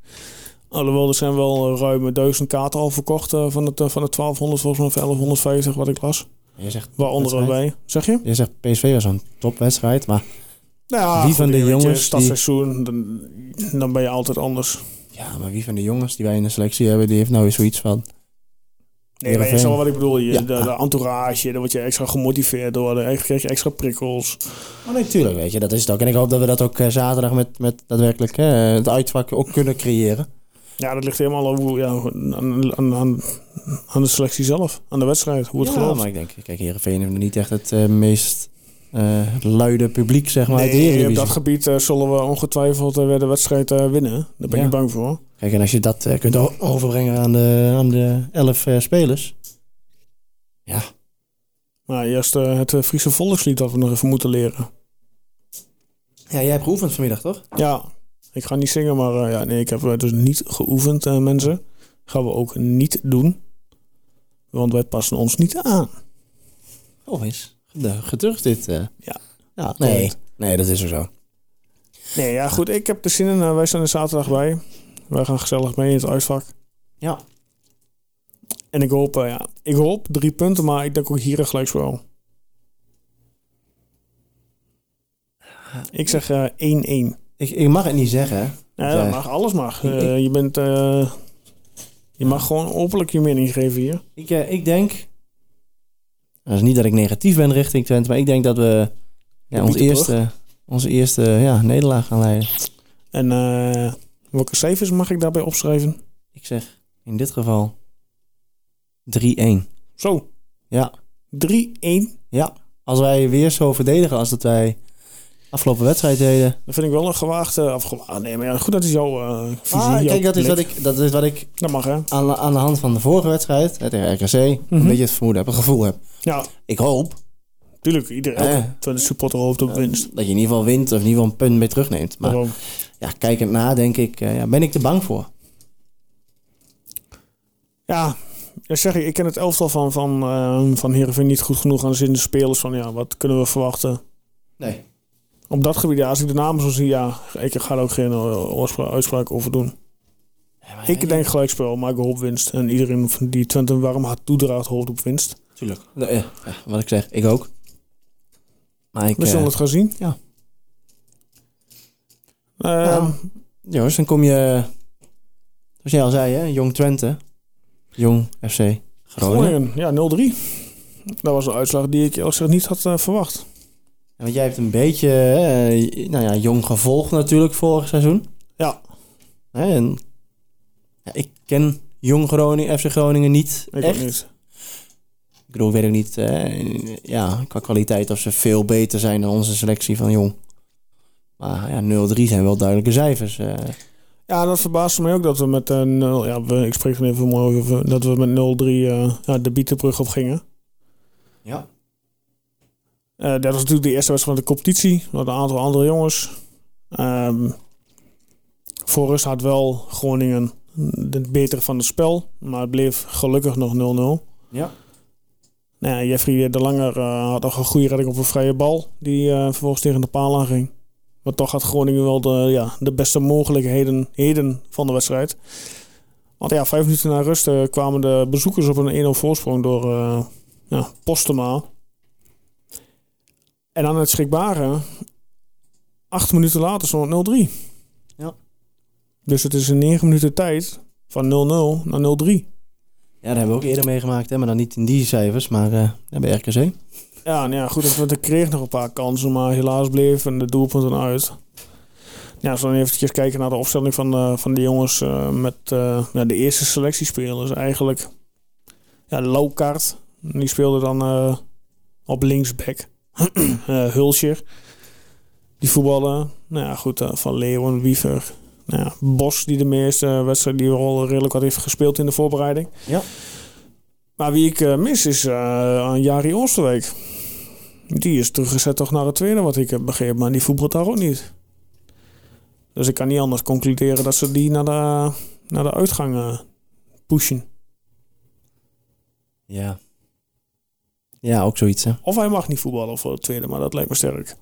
[SPEAKER 2] Alhoewel, er zijn wel eh, ruim duizend kaarten al verkocht eh, van, het, eh, van de 1200, volgens mij, of 1150, wat ik las.
[SPEAKER 1] Jij zegt,
[SPEAKER 2] Waaronder
[SPEAKER 1] Wedstrijd.
[SPEAKER 2] wij, zeg je?
[SPEAKER 1] jij zegt PSV was een topwedstrijd, maar...
[SPEAKER 2] Nou Ja,
[SPEAKER 1] Wie van de
[SPEAKER 2] weet je,
[SPEAKER 1] jongens die-
[SPEAKER 2] Stadseizoen, dan, dan ben je altijd anders.
[SPEAKER 1] Ja, maar wie van de jongens die wij in de selectie hebben, die heeft nou weer zoiets van...
[SPEAKER 2] Nee, maar je
[SPEAKER 1] Heerenveen.
[SPEAKER 2] snapt wat ik bedoel. Je,
[SPEAKER 1] Ja.
[SPEAKER 2] de, de entourage, daar word je extra gemotiveerd door. Dan krijg je extra prikkels.
[SPEAKER 1] Maar natuurlijk, Oh, weet je, dat is het ook. En ik hoop dat we dat ook eh, zaterdag met, met daadwerkelijk hè, het uitvak ook kunnen creëren.
[SPEAKER 2] Ja, dat ligt helemaal aan, hoe- ja, aan, aan, aan, aan de selectie zelf. Aan de wedstrijd, hoe het
[SPEAKER 1] ja,
[SPEAKER 2] gelooft.
[SPEAKER 1] maar ik denk, kijk, Heerenveen heeft nog niet echt het eh, meest eh, luide publiek, zeg maar, uit de
[SPEAKER 2] Nee, op
[SPEAKER 1] Eredivisie.
[SPEAKER 2] dat gebied eh, zullen we ongetwijfeld eh, weer de wedstrijd eh, winnen. Daar ben
[SPEAKER 1] Ja.
[SPEAKER 2] ik bang voor.
[SPEAKER 1] Kijk, en als je dat eh, kunt o- overbrengen aan de, aan de elf eh, spelers... Ja,
[SPEAKER 2] Maar eerst eh, het eh, Friese volkslied dat we nog even moeten leren.
[SPEAKER 1] ja jij hebt geoefend vanmiddag, toch?
[SPEAKER 2] Ja, ik ga niet zingen, maar eh, ja, nee, ik heb eh, dus niet geoefend, eh, mensen. Gaan we ook niet doen. Want wij passen ons niet aan.
[SPEAKER 1] Oh, is de- geducht dit. eh.
[SPEAKER 2] Ja.
[SPEAKER 1] ja nee, nee, dat is er zo.
[SPEAKER 2] Nee, ja, goed, ik heb er zin in. Eh, wij zijn er zaterdag bij. Wij gaan gezellig mee in het uitvak.
[SPEAKER 1] Ja.
[SPEAKER 2] En ik hoop, eh, ja, ik hoop drie punten, maar ik denk ook hier een gelijkspel. Ik zeg eh, 1-1.
[SPEAKER 1] Ik, ik mag het niet zeggen, hè.
[SPEAKER 2] ja,
[SPEAKER 1] Ja.
[SPEAKER 2] dat mag, alles mag. Eh, je bent... eh, je mag gewoon openlijk je mening geven hier.
[SPEAKER 1] Ik, eh, ik denk. Dat is niet dat ik negatief ben richting Twente, maar ik denk dat we ja, onze
[SPEAKER 2] bieten
[SPEAKER 1] eerste, onze eerste ja, nederlaag gaan leiden.
[SPEAKER 2] En eh, welke cijfers mag ik daarbij opschrijven?
[SPEAKER 1] Ik zeg in dit geval 3-1.
[SPEAKER 2] Zo.
[SPEAKER 1] Ja.
[SPEAKER 2] 3-1.
[SPEAKER 1] Ja, als wij weer zo verdedigen als dat wij afgelopen wedstrijd deden.
[SPEAKER 2] Dat vind ik wel een gewaagde afgewaagd. Nee, maar ja, goed, dat is jouw eh visie.
[SPEAKER 1] Ah,
[SPEAKER 2] jouw
[SPEAKER 1] kijk, dat is
[SPEAKER 2] blik.
[SPEAKER 1] wat ik, dat is wat ik
[SPEAKER 2] Dat mag, hè?
[SPEAKER 1] aan, de- aan de hand van de vorige wedstrijd hè, tegen RKC een
[SPEAKER 2] Mhm.
[SPEAKER 1] beetje het vermoeden heb, het gevoel heb.
[SPEAKER 2] Ja,
[SPEAKER 1] Ik hoop
[SPEAKER 2] tuurlijk. Iedereen.
[SPEAKER 1] Eh.
[SPEAKER 2] Uh. Twente supporter hoopt op winst.
[SPEAKER 1] dat je in ieder geval wint of in ieder geval een punt mee terugneemt. Maar
[SPEAKER 2] Daarom.
[SPEAKER 1] ja, kijkend na denk ik, eh, ja, ben ik te bang voor.
[SPEAKER 2] Ja, ja, zeg ik, ik ken het elftal van, van, eh van Heerenveen niet goed genoeg. Aan de zin de spelers van, ja, wat kunnen we verwachten?
[SPEAKER 1] Nee.
[SPEAKER 2] Op dat gebied, ja, als ik de namen zo zie, ja, ik ga er ook geen eh, oorspra- uitspraak over doen. Ik denk gelijkspel, maar ik hoop winst. En iedereen die Twente een warm hart toedraagt, hoopt op winst.
[SPEAKER 1] Tuurlijk. Nou, ja, ja, wat ik zeg, ik ook. Maar ik...
[SPEAKER 2] We zullen
[SPEAKER 1] eh,
[SPEAKER 2] het gaan zien.
[SPEAKER 1] ja.
[SPEAKER 2] Ehm,
[SPEAKER 1] Ja. Jongens, dan kom je... Zoals jij al zei, hè? Jong Twente. Jong FC Groningen.
[SPEAKER 2] Groningen, ja, 0-3. Dat was een uitslag die ik eerlijk gezegd niet had eh, verwacht.
[SPEAKER 1] En Want jij hebt een beetje, eh, nou ja, jong gevolgd natuurlijk vorig seizoen.
[SPEAKER 2] Ja,
[SPEAKER 1] Hè? En, ja, ik ken Jong Groningen, FC Groningen niet
[SPEAKER 2] ik
[SPEAKER 1] echt.
[SPEAKER 2] weet niet.
[SPEAKER 1] Ik bedoel, ik weet ook niet eh, ja, qua kwaliteit of ze veel beter zijn dan onze selectie van Jong. Maar ja, 0-3 zijn wel duidelijke cijfers. eh.
[SPEAKER 2] Ja, dat verbaasde mij ook dat we met eh, nul ja, we, ik spreek er even mooi over, dat we met 0-3 eh, ja, de Bietenbrug op gingen.
[SPEAKER 1] ja.
[SPEAKER 2] Eh, dat was natuurlijk de eerste wedstrijd van de competitie. Met een aantal andere jongens. Ehm voor rust had wel Groningen het betere van het spel. Maar het bleef gelukkig nog 0-0.
[SPEAKER 1] Ja.
[SPEAKER 2] Nou ja, Jeffrey de Langer eh, had nog een goede redding op een vrije bal. Die eh, vervolgens tegen de paal aanging. Maar toch had Groningen wel de, ja, de beste mogelijkheden heden van de wedstrijd. Want ja, vijf minuten na rust eh, kwamen de bezoekers op een 1-0 voorsprong door eh, ja, Postema. En dan het schrikbare. Acht minuten later stond het 0-3.
[SPEAKER 1] Ja.
[SPEAKER 2] Dus het is in negen minuten tijd van 0-0 naar 0-3.
[SPEAKER 1] ja, dat hebben we ook eerder meegemaakt, hè? maar dan niet in die cijfers, maar eh, ja, bij RKC.
[SPEAKER 2] Ja, nou ja, goed, want ik kreeg nog een paar kansen, maar helaas bleven de doelpunten uit. Ja, als we dan eventjes kijken naar de opstelling van de, van de jongens eh, met eh, ja, de eerste selectiespelers. Eigenlijk, ja, Loukart, die speelde dan eh, op linksback. Eh Hulscher, die voetballen. Nou ja, goed, eh, Van Leeuwen, Wiever. Nou ja, Bos, die de meeste wedstrijden die al redelijk wat heeft gespeeld in de voorbereiding.
[SPEAKER 1] Ja.
[SPEAKER 2] Maar wie ik eh, mis is eh Jari Oosterweek. Die is teruggezet toch naar het tweede, wat ik heb begrepen. Maar die voetbalt daar ook niet. Dus ik kan niet anders concluderen dat ze die naar de, naar de uitgang eh, pushen.
[SPEAKER 1] Ja. Ja, ook zoiets, hè?
[SPEAKER 2] Of hij mag niet voetballen voor het tweede, maar dat lijkt me sterk.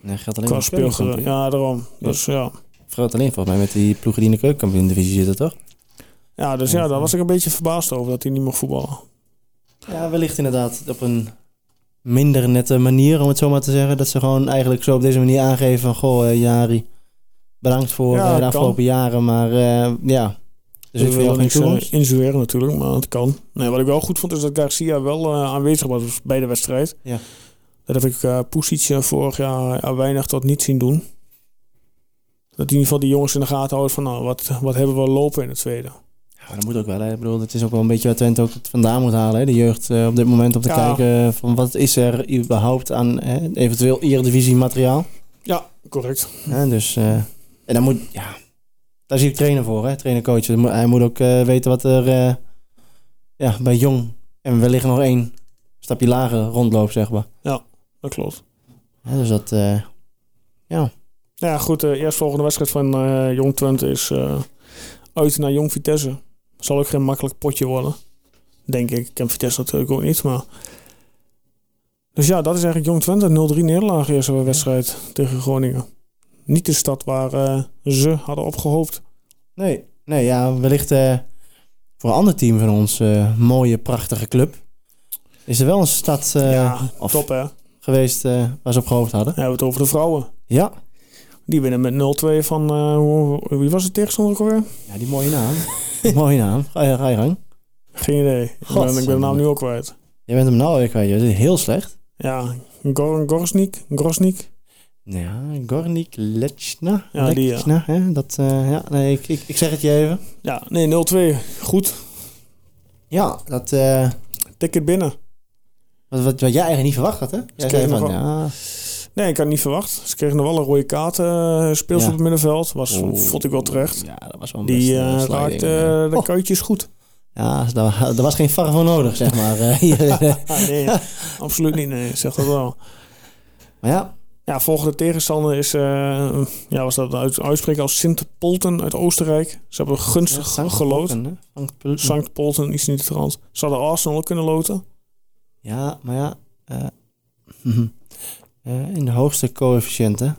[SPEAKER 1] Nee, geldt alleen
[SPEAKER 2] Qua
[SPEAKER 1] voor de keukenkampioen.
[SPEAKER 2] speelgeren. Ja, daarom. Dus ja.
[SPEAKER 1] Geldt alleen volgens mij met die ploegen die in de keukenkampioen-divisie zitten, toch?
[SPEAKER 2] Ja, dus ja, daar was ik een beetje verbaasd over dat hij niet mag voetballen.
[SPEAKER 1] Ja, wellicht inderdaad op een minder nette manier, om het zo maar te zeggen. Dat ze gewoon eigenlijk zo op deze manier aangeven van... Goh, eh, Jari, bedankt voor
[SPEAKER 2] Ja,
[SPEAKER 1] eh, de
[SPEAKER 2] kan.
[SPEAKER 1] afgelopen jaren, maar eh, ja... Dus ik
[SPEAKER 2] Dus
[SPEAKER 1] vind jou geen toekomst.
[SPEAKER 2] inzueren natuurlijk, maar het kan. Nee, wat ik wel goed vond is dat Garcia wel eh, aanwezig was bij de wedstrijd.
[SPEAKER 1] Ja.
[SPEAKER 2] Dat heb ik eh Pusic eh, vorig jaar eh, weinig tot niet zien doen. Dat in ieder geval die jongens in de gaten houden van nou, wat, wat hebben we lopen in het tweede.
[SPEAKER 1] Ja, maar dat moet ook wel. Hè. Ik bedoel, het is ook wel een beetje waar Twente ook het vandaan moet halen. Hè. De jeugd eh, op dit moment om te
[SPEAKER 2] Ja.
[SPEAKER 1] kijken eh, van wat is er überhaupt aan hè, eventueel eredivisie materiaal.
[SPEAKER 2] Ja, correct.
[SPEAKER 1] Hè, dus, eh, en dan moet, ja, daar zie ik trainer voor, hè, trainer coach. Hij moet- Hij moet ook eh, weten wat er eh, ja, bij Jong en wellicht nog één stapje lager rondloopt, zeg maar.
[SPEAKER 2] Dat klopt.
[SPEAKER 1] Hè, dus dat, eh,
[SPEAKER 2] Nou Ja, goed. De eerstvolgende wedstrijd van eh, Jong Twente is eh, uit naar Jong Vitesse. Zal ook geen makkelijk potje worden. Denk ik. Ik ken Vitesse natuurlijk ook niet, maar... Dus ja, dat is eigenlijk Jong Twente. 0-3 nederlaag eerste wedstrijd tegen Groningen. Niet de stad waar eh, ze hadden opgehoopt.
[SPEAKER 1] nee, nee, ja, wellicht eh, voor een ander team van ons, eh, mooie, prachtige club, is er wel een stad eh,
[SPEAKER 2] ja,
[SPEAKER 1] of-
[SPEAKER 2] top hè.
[SPEAKER 1] geweest eh, waar ze op gehoopt hadden.
[SPEAKER 2] We hebben het over de vrouwen.
[SPEAKER 1] Ja.
[SPEAKER 2] Die winnen met 0-2 van... eh, hoe- wie was het tegenstander ook alweer?
[SPEAKER 1] Ja, die mooie naam. Die mooie naam. Ga je, ga je gang.
[SPEAKER 2] Geen idee. Ik ben- ik ben de naam nu ook kwijt.
[SPEAKER 1] Je bent hem nou weer kwijt. joh. Heel slecht.
[SPEAKER 2] Ja, Gor Gorsnik. Grosnik.
[SPEAKER 1] Ja, Gornik Lechna.
[SPEAKER 2] Ja, die, ja.
[SPEAKER 1] Lechna, hè? Dat, eh, ja, nee, ik, ik, ik zeg het je even.
[SPEAKER 2] Ja, nee, 0-2. Goed.
[SPEAKER 1] Ja, dat, eh,
[SPEAKER 2] Tik het binnen.
[SPEAKER 1] wat, wat, wat jij eigenlijk niet verwacht had, hè? Jij zei
[SPEAKER 2] kregen
[SPEAKER 1] van,
[SPEAKER 2] nog
[SPEAKER 1] ja,
[SPEAKER 2] Nee, ik had het niet verwacht. Ze kregen nog wel een rode kaart. eh speels
[SPEAKER 1] Ja.
[SPEAKER 2] op het middenveld. Was,
[SPEAKER 1] Oeh.
[SPEAKER 2] vond ik wel terecht.
[SPEAKER 1] Ja, dat was wel een
[SPEAKER 2] Die
[SPEAKER 1] beste, eh,
[SPEAKER 2] eh,
[SPEAKER 1] sliding,
[SPEAKER 2] raakte
[SPEAKER 1] hè.
[SPEAKER 2] eh, de
[SPEAKER 1] Oh.
[SPEAKER 2] kuitjes goed.
[SPEAKER 1] Ja, dus daar, daar was geen VAR voor nodig, zeg maar. eh, hier.
[SPEAKER 2] Ah, nee, absoluut niet. Nee, zeg dat wel.
[SPEAKER 1] maar ja,
[SPEAKER 2] Ja, volgende tegenstander is, eh, ja, was dat uit, uitspreken als Sint Polten uit Oostenrijk. Ze hebben gunstig
[SPEAKER 1] Sankt
[SPEAKER 2] geloot.
[SPEAKER 1] Pölten, hè? Sankt Pölten.
[SPEAKER 2] Sankt Polten, iets niet trans. Ze hadden Arsenal ook kunnen loten.
[SPEAKER 1] Ja, maar ja. eh, eh, in de hoogste coëfficiënten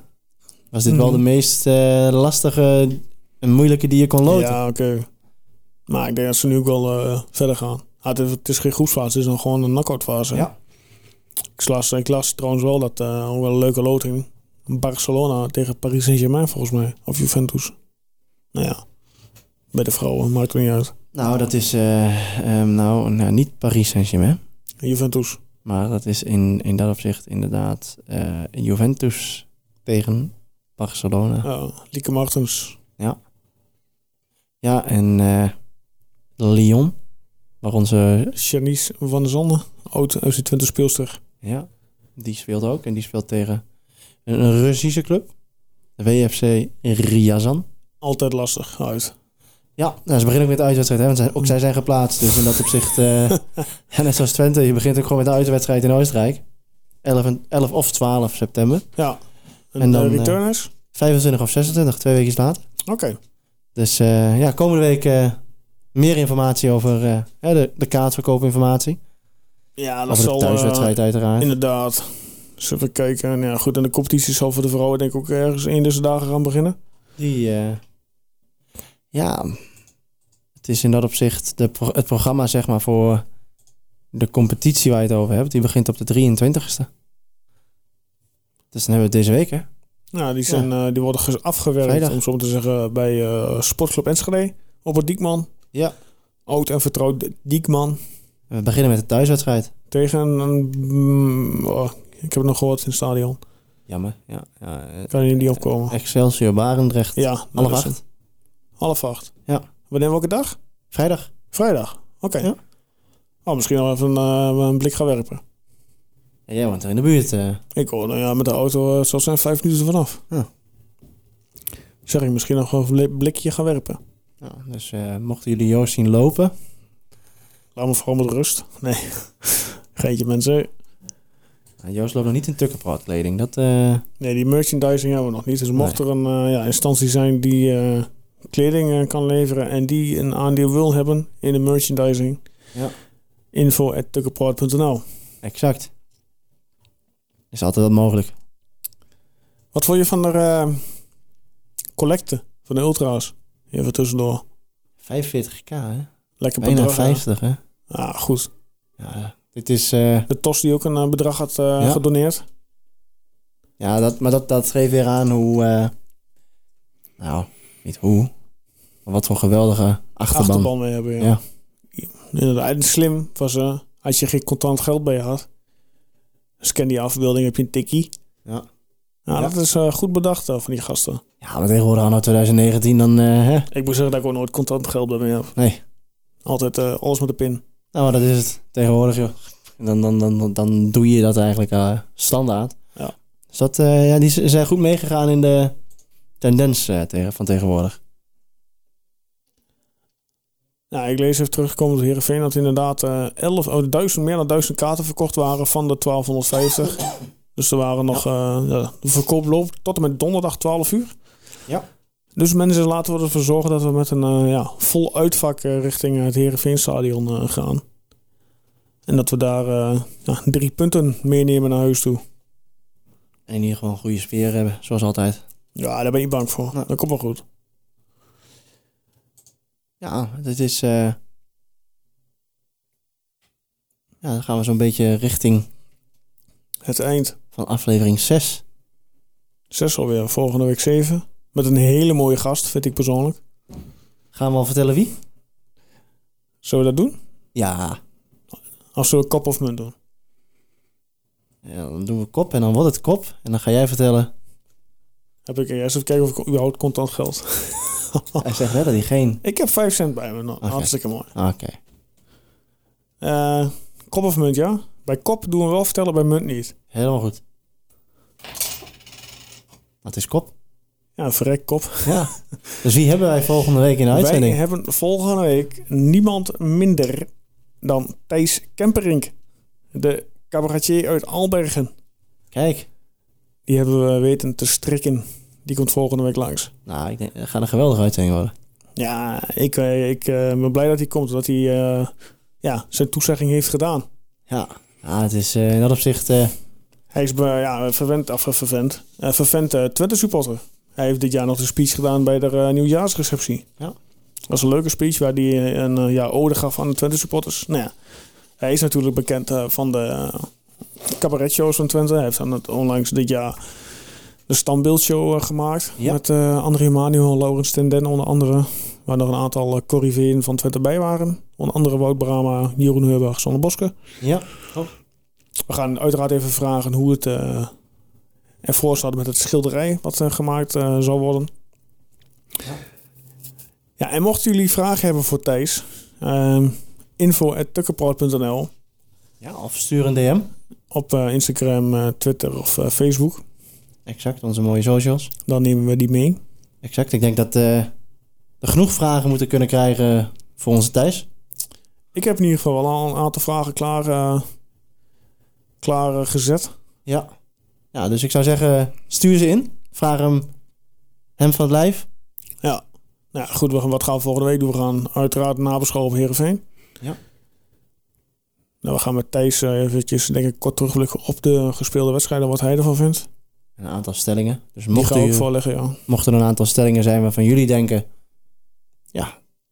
[SPEAKER 1] was dit wel
[SPEAKER 2] Mhm.
[SPEAKER 1] de meest eh, lastige en moeilijke die je kon loten.
[SPEAKER 2] Ja, oké. Maar ik denk dat ze nu ook wel eh, verder gaan. Ah, het, is, het is geen groepsfase, het is dan gewoon een knockout fase.
[SPEAKER 1] Ja.
[SPEAKER 2] Ik las, ik las trouwens wel dat, eh, ook wel een leuke loting. Barcelona tegen Paris Saint-Germain volgens mij. Of Juventus. Nou ja, bij de vrouwen, maakt het niet uit.
[SPEAKER 1] Nou, dat is eh, ehm, nou, nou, niet Paris Saint-Germain.
[SPEAKER 2] Juventus.
[SPEAKER 1] Maar dat is in, in dat opzicht inderdaad eh, Juventus tegen Barcelona.
[SPEAKER 2] Ja, Lieke Martens.
[SPEAKER 1] Ja, en eh, Lyon. Waar onze.
[SPEAKER 2] Janice van der Zonne. Oud FC Twente speelster.
[SPEAKER 1] Ja, die speelt ook. En die speelt tegen een, een Russische club. De WFC Riazan.
[SPEAKER 2] Altijd lastig uit.
[SPEAKER 1] Ja, nou, ze beginnen ook met de uitwedstrijd. Hè, want zij- ook zij zijn geplaatst. Dus in dat opzicht... eh en net zoals Twente, je begint ook gewoon met de uitwedstrijd in Oostenrijk. 11, en- 11 of 12 september.
[SPEAKER 2] Ja. En,
[SPEAKER 1] En dan,
[SPEAKER 2] de
[SPEAKER 1] eh,
[SPEAKER 2] returners?
[SPEAKER 1] 25 of 26, twee weken later.
[SPEAKER 2] Oké.
[SPEAKER 1] Dus eh, ja, komende week eh, meer informatie over eh, hè, de, de kaartverkoopinformatie.
[SPEAKER 2] Ja, dat
[SPEAKER 1] Over de
[SPEAKER 2] zal... eh,
[SPEAKER 1] thuiswedstrijd uiteraard.
[SPEAKER 2] Inderdaad. Dus even kijken. En ja, goed, en de competitie zal voor de vrouwen denk ik ook ergens in deze dagen gaan beginnen.
[SPEAKER 1] Die, eh, ja, het is in dat opzicht de, pro- het programma zeg maar voor de competitie waar je het over hebt. Die begint op de 23ste. Dus dan hebben we het deze week, hè?
[SPEAKER 2] Ja, die, zijn, eh, die worden ges- afgewerkt,
[SPEAKER 1] Vrijdag.
[SPEAKER 2] om zo maar te zeggen, bij eh, Sportclub Enschede. Op het Diekman.
[SPEAKER 1] Ja.
[SPEAKER 2] Oud en vertrouwd Diekman.
[SPEAKER 1] We beginnen met de thuiswedstrijd.
[SPEAKER 2] Tegen een... mm, oh, ik heb het nog gehoord in het stadion.
[SPEAKER 1] Jammer, ja. ja eh,
[SPEAKER 2] Kan je niet opkomen?
[SPEAKER 1] Excelsior Barendrecht,
[SPEAKER 2] Ja. nou,
[SPEAKER 1] half
[SPEAKER 2] dat is
[SPEAKER 1] acht.
[SPEAKER 2] het. Half acht.
[SPEAKER 1] Ja.
[SPEAKER 2] Wanneer welke dag?
[SPEAKER 1] Vrijdag.
[SPEAKER 2] Vrijdag. Oké.
[SPEAKER 1] Ja.
[SPEAKER 2] Oh, misschien nog even eh, een blik gaan werpen.
[SPEAKER 1] Ja, jij woont er in de buurt. eh.
[SPEAKER 2] Ik hoor, nou ja, met de auto eh, zal zijn vijf minuten vanaf.
[SPEAKER 1] Ja.
[SPEAKER 2] Zeg ik misschien nog een blik- blikje gaan werpen.
[SPEAKER 1] Nou, dus eh, mochten jullie Joost zien lopen,
[SPEAKER 2] Laat me vooral met rust. Nee. Geentje mensen.
[SPEAKER 1] Nou, Joost loopt nog niet in tukkenpraatkleding. Dat, eh,
[SPEAKER 2] Nee, die merchandising hebben we nog niet. Dus mocht
[SPEAKER 1] Nee.
[SPEAKER 2] er een eh, ja, instantie zijn die eh, kleding eh, kan leveren en die een aandeel wil hebben in de merchandising.
[SPEAKER 1] Ja.
[SPEAKER 2] info.tukkenpraat.nl
[SPEAKER 1] exact. Is altijd wat mogelijk.
[SPEAKER 2] Wat vond je van de eh, collecte van de ultra's? Even tussendoor.
[SPEAKER 1] 45k, hè?
[SPEAKER 2] Lekker
[SPEAKER 1] Bijna
[SPEAKER 2] bedrag. hè?
[SPEAKER 1] 50, hè?
[SPEAKER 2] Ah, goed.
[SPEAKER 1] Ja, dit is... eh,
[SPEAKER 2] De TOS die ook een eh, bedrag had eh,
[SPEAKER 1] Ja.
[SPEAKER 2] gedoneerd.
[SPEAKER 1] ja, dat, maar dat, dat geeft weer aan hoe... eh, nou, niet hoe. Maar wat voor geweldige achterban.
[SPEAKER 2] achterban mee hebben. Ja.
[SPEAKER 1] Ja.
[SPEAKER 2] Inderdaad, en slim was eh als je geen contant geld bij je had. Scan die afbeelding, heb je een tikkie.
[SPEAKER 1] Ja.
[SPEAKER 2] Nou,
[SPEAKER 1] Ja.
[SPEAKER 2] dat is eh, goed bedacht eh, van die gasten.
[SPEAKER 1] Ja, maar tegenwoordig anno 2019 dan... eh, hè?
[SPEAKER 2] Ik moet zeggen dat ik ook nooit contant geld bij me heb.
[SPEAKER 1] Nee.
[SPEAKER 2] Altijd eh, alles met de pin.
[SPEAKER 1] Nou, maar dat is het. Tegenwoordig, joh. Dan, dan, dan, dan, dan doe je dat eigenlijk eh, standaard.
[SPEAKER 2] Ja.
[SPEAKER 1] Dus dat, eh, ja, die z- zijn goed meegegaan in de tendens eh, tegen, van tegenwoordig.
[SPEAKER 2] Nou, ik lees even teruggekomen dat Heerenveen dat inderdaad eh 11, oh, 1000, meer dan 1000 kaarten verkocht waren van de 1250. dus er waren nog... eh, ja, de verkoop loopt tot en met donderdag 12 uur.
[SPEAKER 1] Ja.
[SPEAKER 2] Dus mensen, laten we ervoor zorgen dat we met een eh, ja, vol uitvak eh, richting het Heerenveenstadion eh, gaan. En dat we daar eh, ja, drie punten meenemen naar huis toe.
[SPEAKER 1] En in ieder geval een goede sfeer hebben, zoals altijd.
[SPEAKER 2] Ja, daar ben ik bang voor.
[SPEAKER 1] Nou.
[SPEAKER 2] Dat komt wel goed.
[SPEAKER 1] Ja, dat is... eh, ja, dan gaan we zo'n beetje richting
[SPEAKER 2] Het eind.
[SPEAKER 1] van aflevering 6.
[SPEAKER 2] Zes alweer, volgende week zeven. Met een hele mooie gast, vind ik persoonlijk.
[SPEAKER 1] Gaan we al vertellen wie?
[SPEAKER 2] Zullen we dat doen?
[SPEAKER 1] Ja,
[SPEAKER 2] Of zullen we kop of munt doen?
[SPEAKER 1] ja, dan doen we kop en dan wordt het kop. En dan ga jij vertellen...
[SPEAKER 2] Heb ik eerst even kijken of ik überhaupt contant geld...
[SPEAKER 1] Hij zegt net dat hij geen...
[SPEAKER 2] ik heb vijf cent bij me. Nou, Hartstikke mooi.
[SPEAKER 1] Ah, Oké.
[SPEAKER 2] Eh, kop of munt, ja? Bij kop doen we wel vertellen, bij munt niet.
[SPEAKER 1] Helemaal goed. Dat is kop.
[SPEAKER 2] Ja, verrek kop.
[SPEAKER 1] Ja. dus wie hebben wij volgende week in de uitzending?
[SPEAKER 2] Wij hebben volgende week niemand minder dan Thijs Kemperink. De cabaretier uit Albergen.
[SPEAKER 1] Kijk.
[SPEAKER 2] Die hebben we weten te strikken. Die komt volgende week langs.
[SPEAKER 1] Nou, ik denk, het gaat een geweldige uitzending worden.
[SPEAKER 2] Ja, ik, eh, ik eh, ben blij dat hij komt. Dat hij eh, ja, zijn toezegging heeft gedaan.
[SPEAKER 1] Ja. Ja, het is eh, in dat opzicht... eh,
[SPEAKER 2] Hij is be- ja, verwend, of eh, verwend, eh, verwend eh, Twente supporter. Hij heeft dit jaar nog een speech gedaan bij de eh, nieuwjaarsreceptie.
[SPEAKER 1] Ja.
[SPEAKER 2] Dat was een leuke speech waar hij eh, een eh, ja, ode gaf aan de Twente supporters. Nou ja, hij is natuurlijk bekend eh, van de eh, cabaretshows van Twente. Hij heeft aan het onlangs dit jaar de standbeeldshow eh, gemaakt.
[SPEAKER 1] Ja.
[SPEAKER 2] Met eh André Manuel, Laurens ten Den onder andere. Waar nog een aantal eh, corriveen van Twente bij waren. Onder andere Wout Brama, Jeroen Heurberg, Sanne Boske.
[SPEAKER 1] ja.
[SPEAKER 2] We gaan uiteraard even vragen hoe het eh ervoor staat met het schilderij wat eh, gemaakt eh, zal worden. Ja, en mochten jullie vragen hebben voor Thijs, ehm info.tukkenprout.nl
[SPEAKER 1] ja. Of stuur een DM.
[SPEAKER 2] op eh, Instagram, eh, Twitter of eh, Facebook.
[SPEAKER 1] Exact, onze mooie socials.
[SPEAKER 2] Dan nemen we die mee.
[SPEAKER 1] Exact. Ik denk dat eh, we genoeg vragen moeten kunnen krijgen voor onze Thijs.
[SPEAKER 2] Ik heb in ieder geval al een aantal vragen klaar, eh, klaar eh, gezet.
[SPEAKER 1] Ja. ja. Dus ik zou zeggen, stuur ze in. Vraag hem, hem van het lijf.
[SPEAKER 2] Ja. Nou ja, goed, we gaan- wat gaan we volgende week doen? We gaan uiteraard nabeschouwen op Heerenveen.
[SPEAKER 1] Ja.
[SPEAKER 2] Nou, we gaan met Thijs eh, eventjes denk ik, kort terugblikken op de gespeelde wedstrijden. Wat hij ervan vindt.
[SPEAKER 1] Een aantal stellingen. Dus
[SPEAKER 2] Die
[SPEAKER 1] mocht
[SPEAKER 2] gaan we ook
[SPEAKER 1] u,
[SPEAKER 2] voorleggen, ja.
[SPEAKER 1] mochten er een aantal stellingen zijn waarvan jullie denken,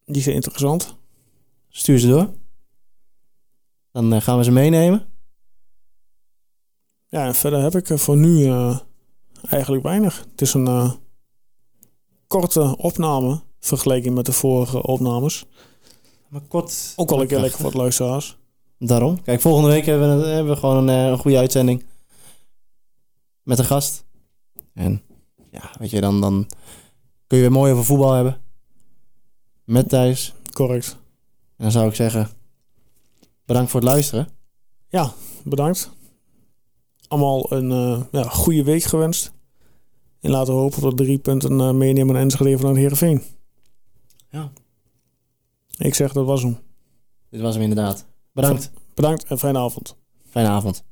[SPEAKER 2] Die zijn interessant.
[SPEAKER 1] stuur ze door. Dan eh, gaan we ze meenemen.
[SPEAKER 2] Ja, en verder heb ik eh, voor nu eh, eigenlijk weinig. Het is een eh, korte opname vergeleken met de vorige opnames.
[SPEAKER 1] Maar kort.
[SPEAKER 2] Ook al een keer lekker voor het luisteraars.
[SPEAKER 1] Daarom. Kijk, volgende week hebben we, hebben we gewoon een, eh, een goede uitzending. Met een gast. En ja, weet je, dan, dan kun je weer mooi over voetbal hebben. Met Thijs.
[SPEAKER 2] Correct.
[SPEAKER 1] En dan zou ik zeggen, bedankt voor het luisteren.
[SPEAKER 2] Ja, bedankt. Allemaal een eh, ja, goede week gewenst. En laten we hopen dat we drie punten eh, meenemen en Enschede vanuit Heerenveen.
[SPEAKER 1] Ja.
[SPEAKER 2] Ik zeg, dat was hem.
[SPEAKER 1] Dit was hem inderdaad. Bedankt.
[SPEAKER 2] Bedankt en fijne avond.
[SPEAKER 1] Fijne avond.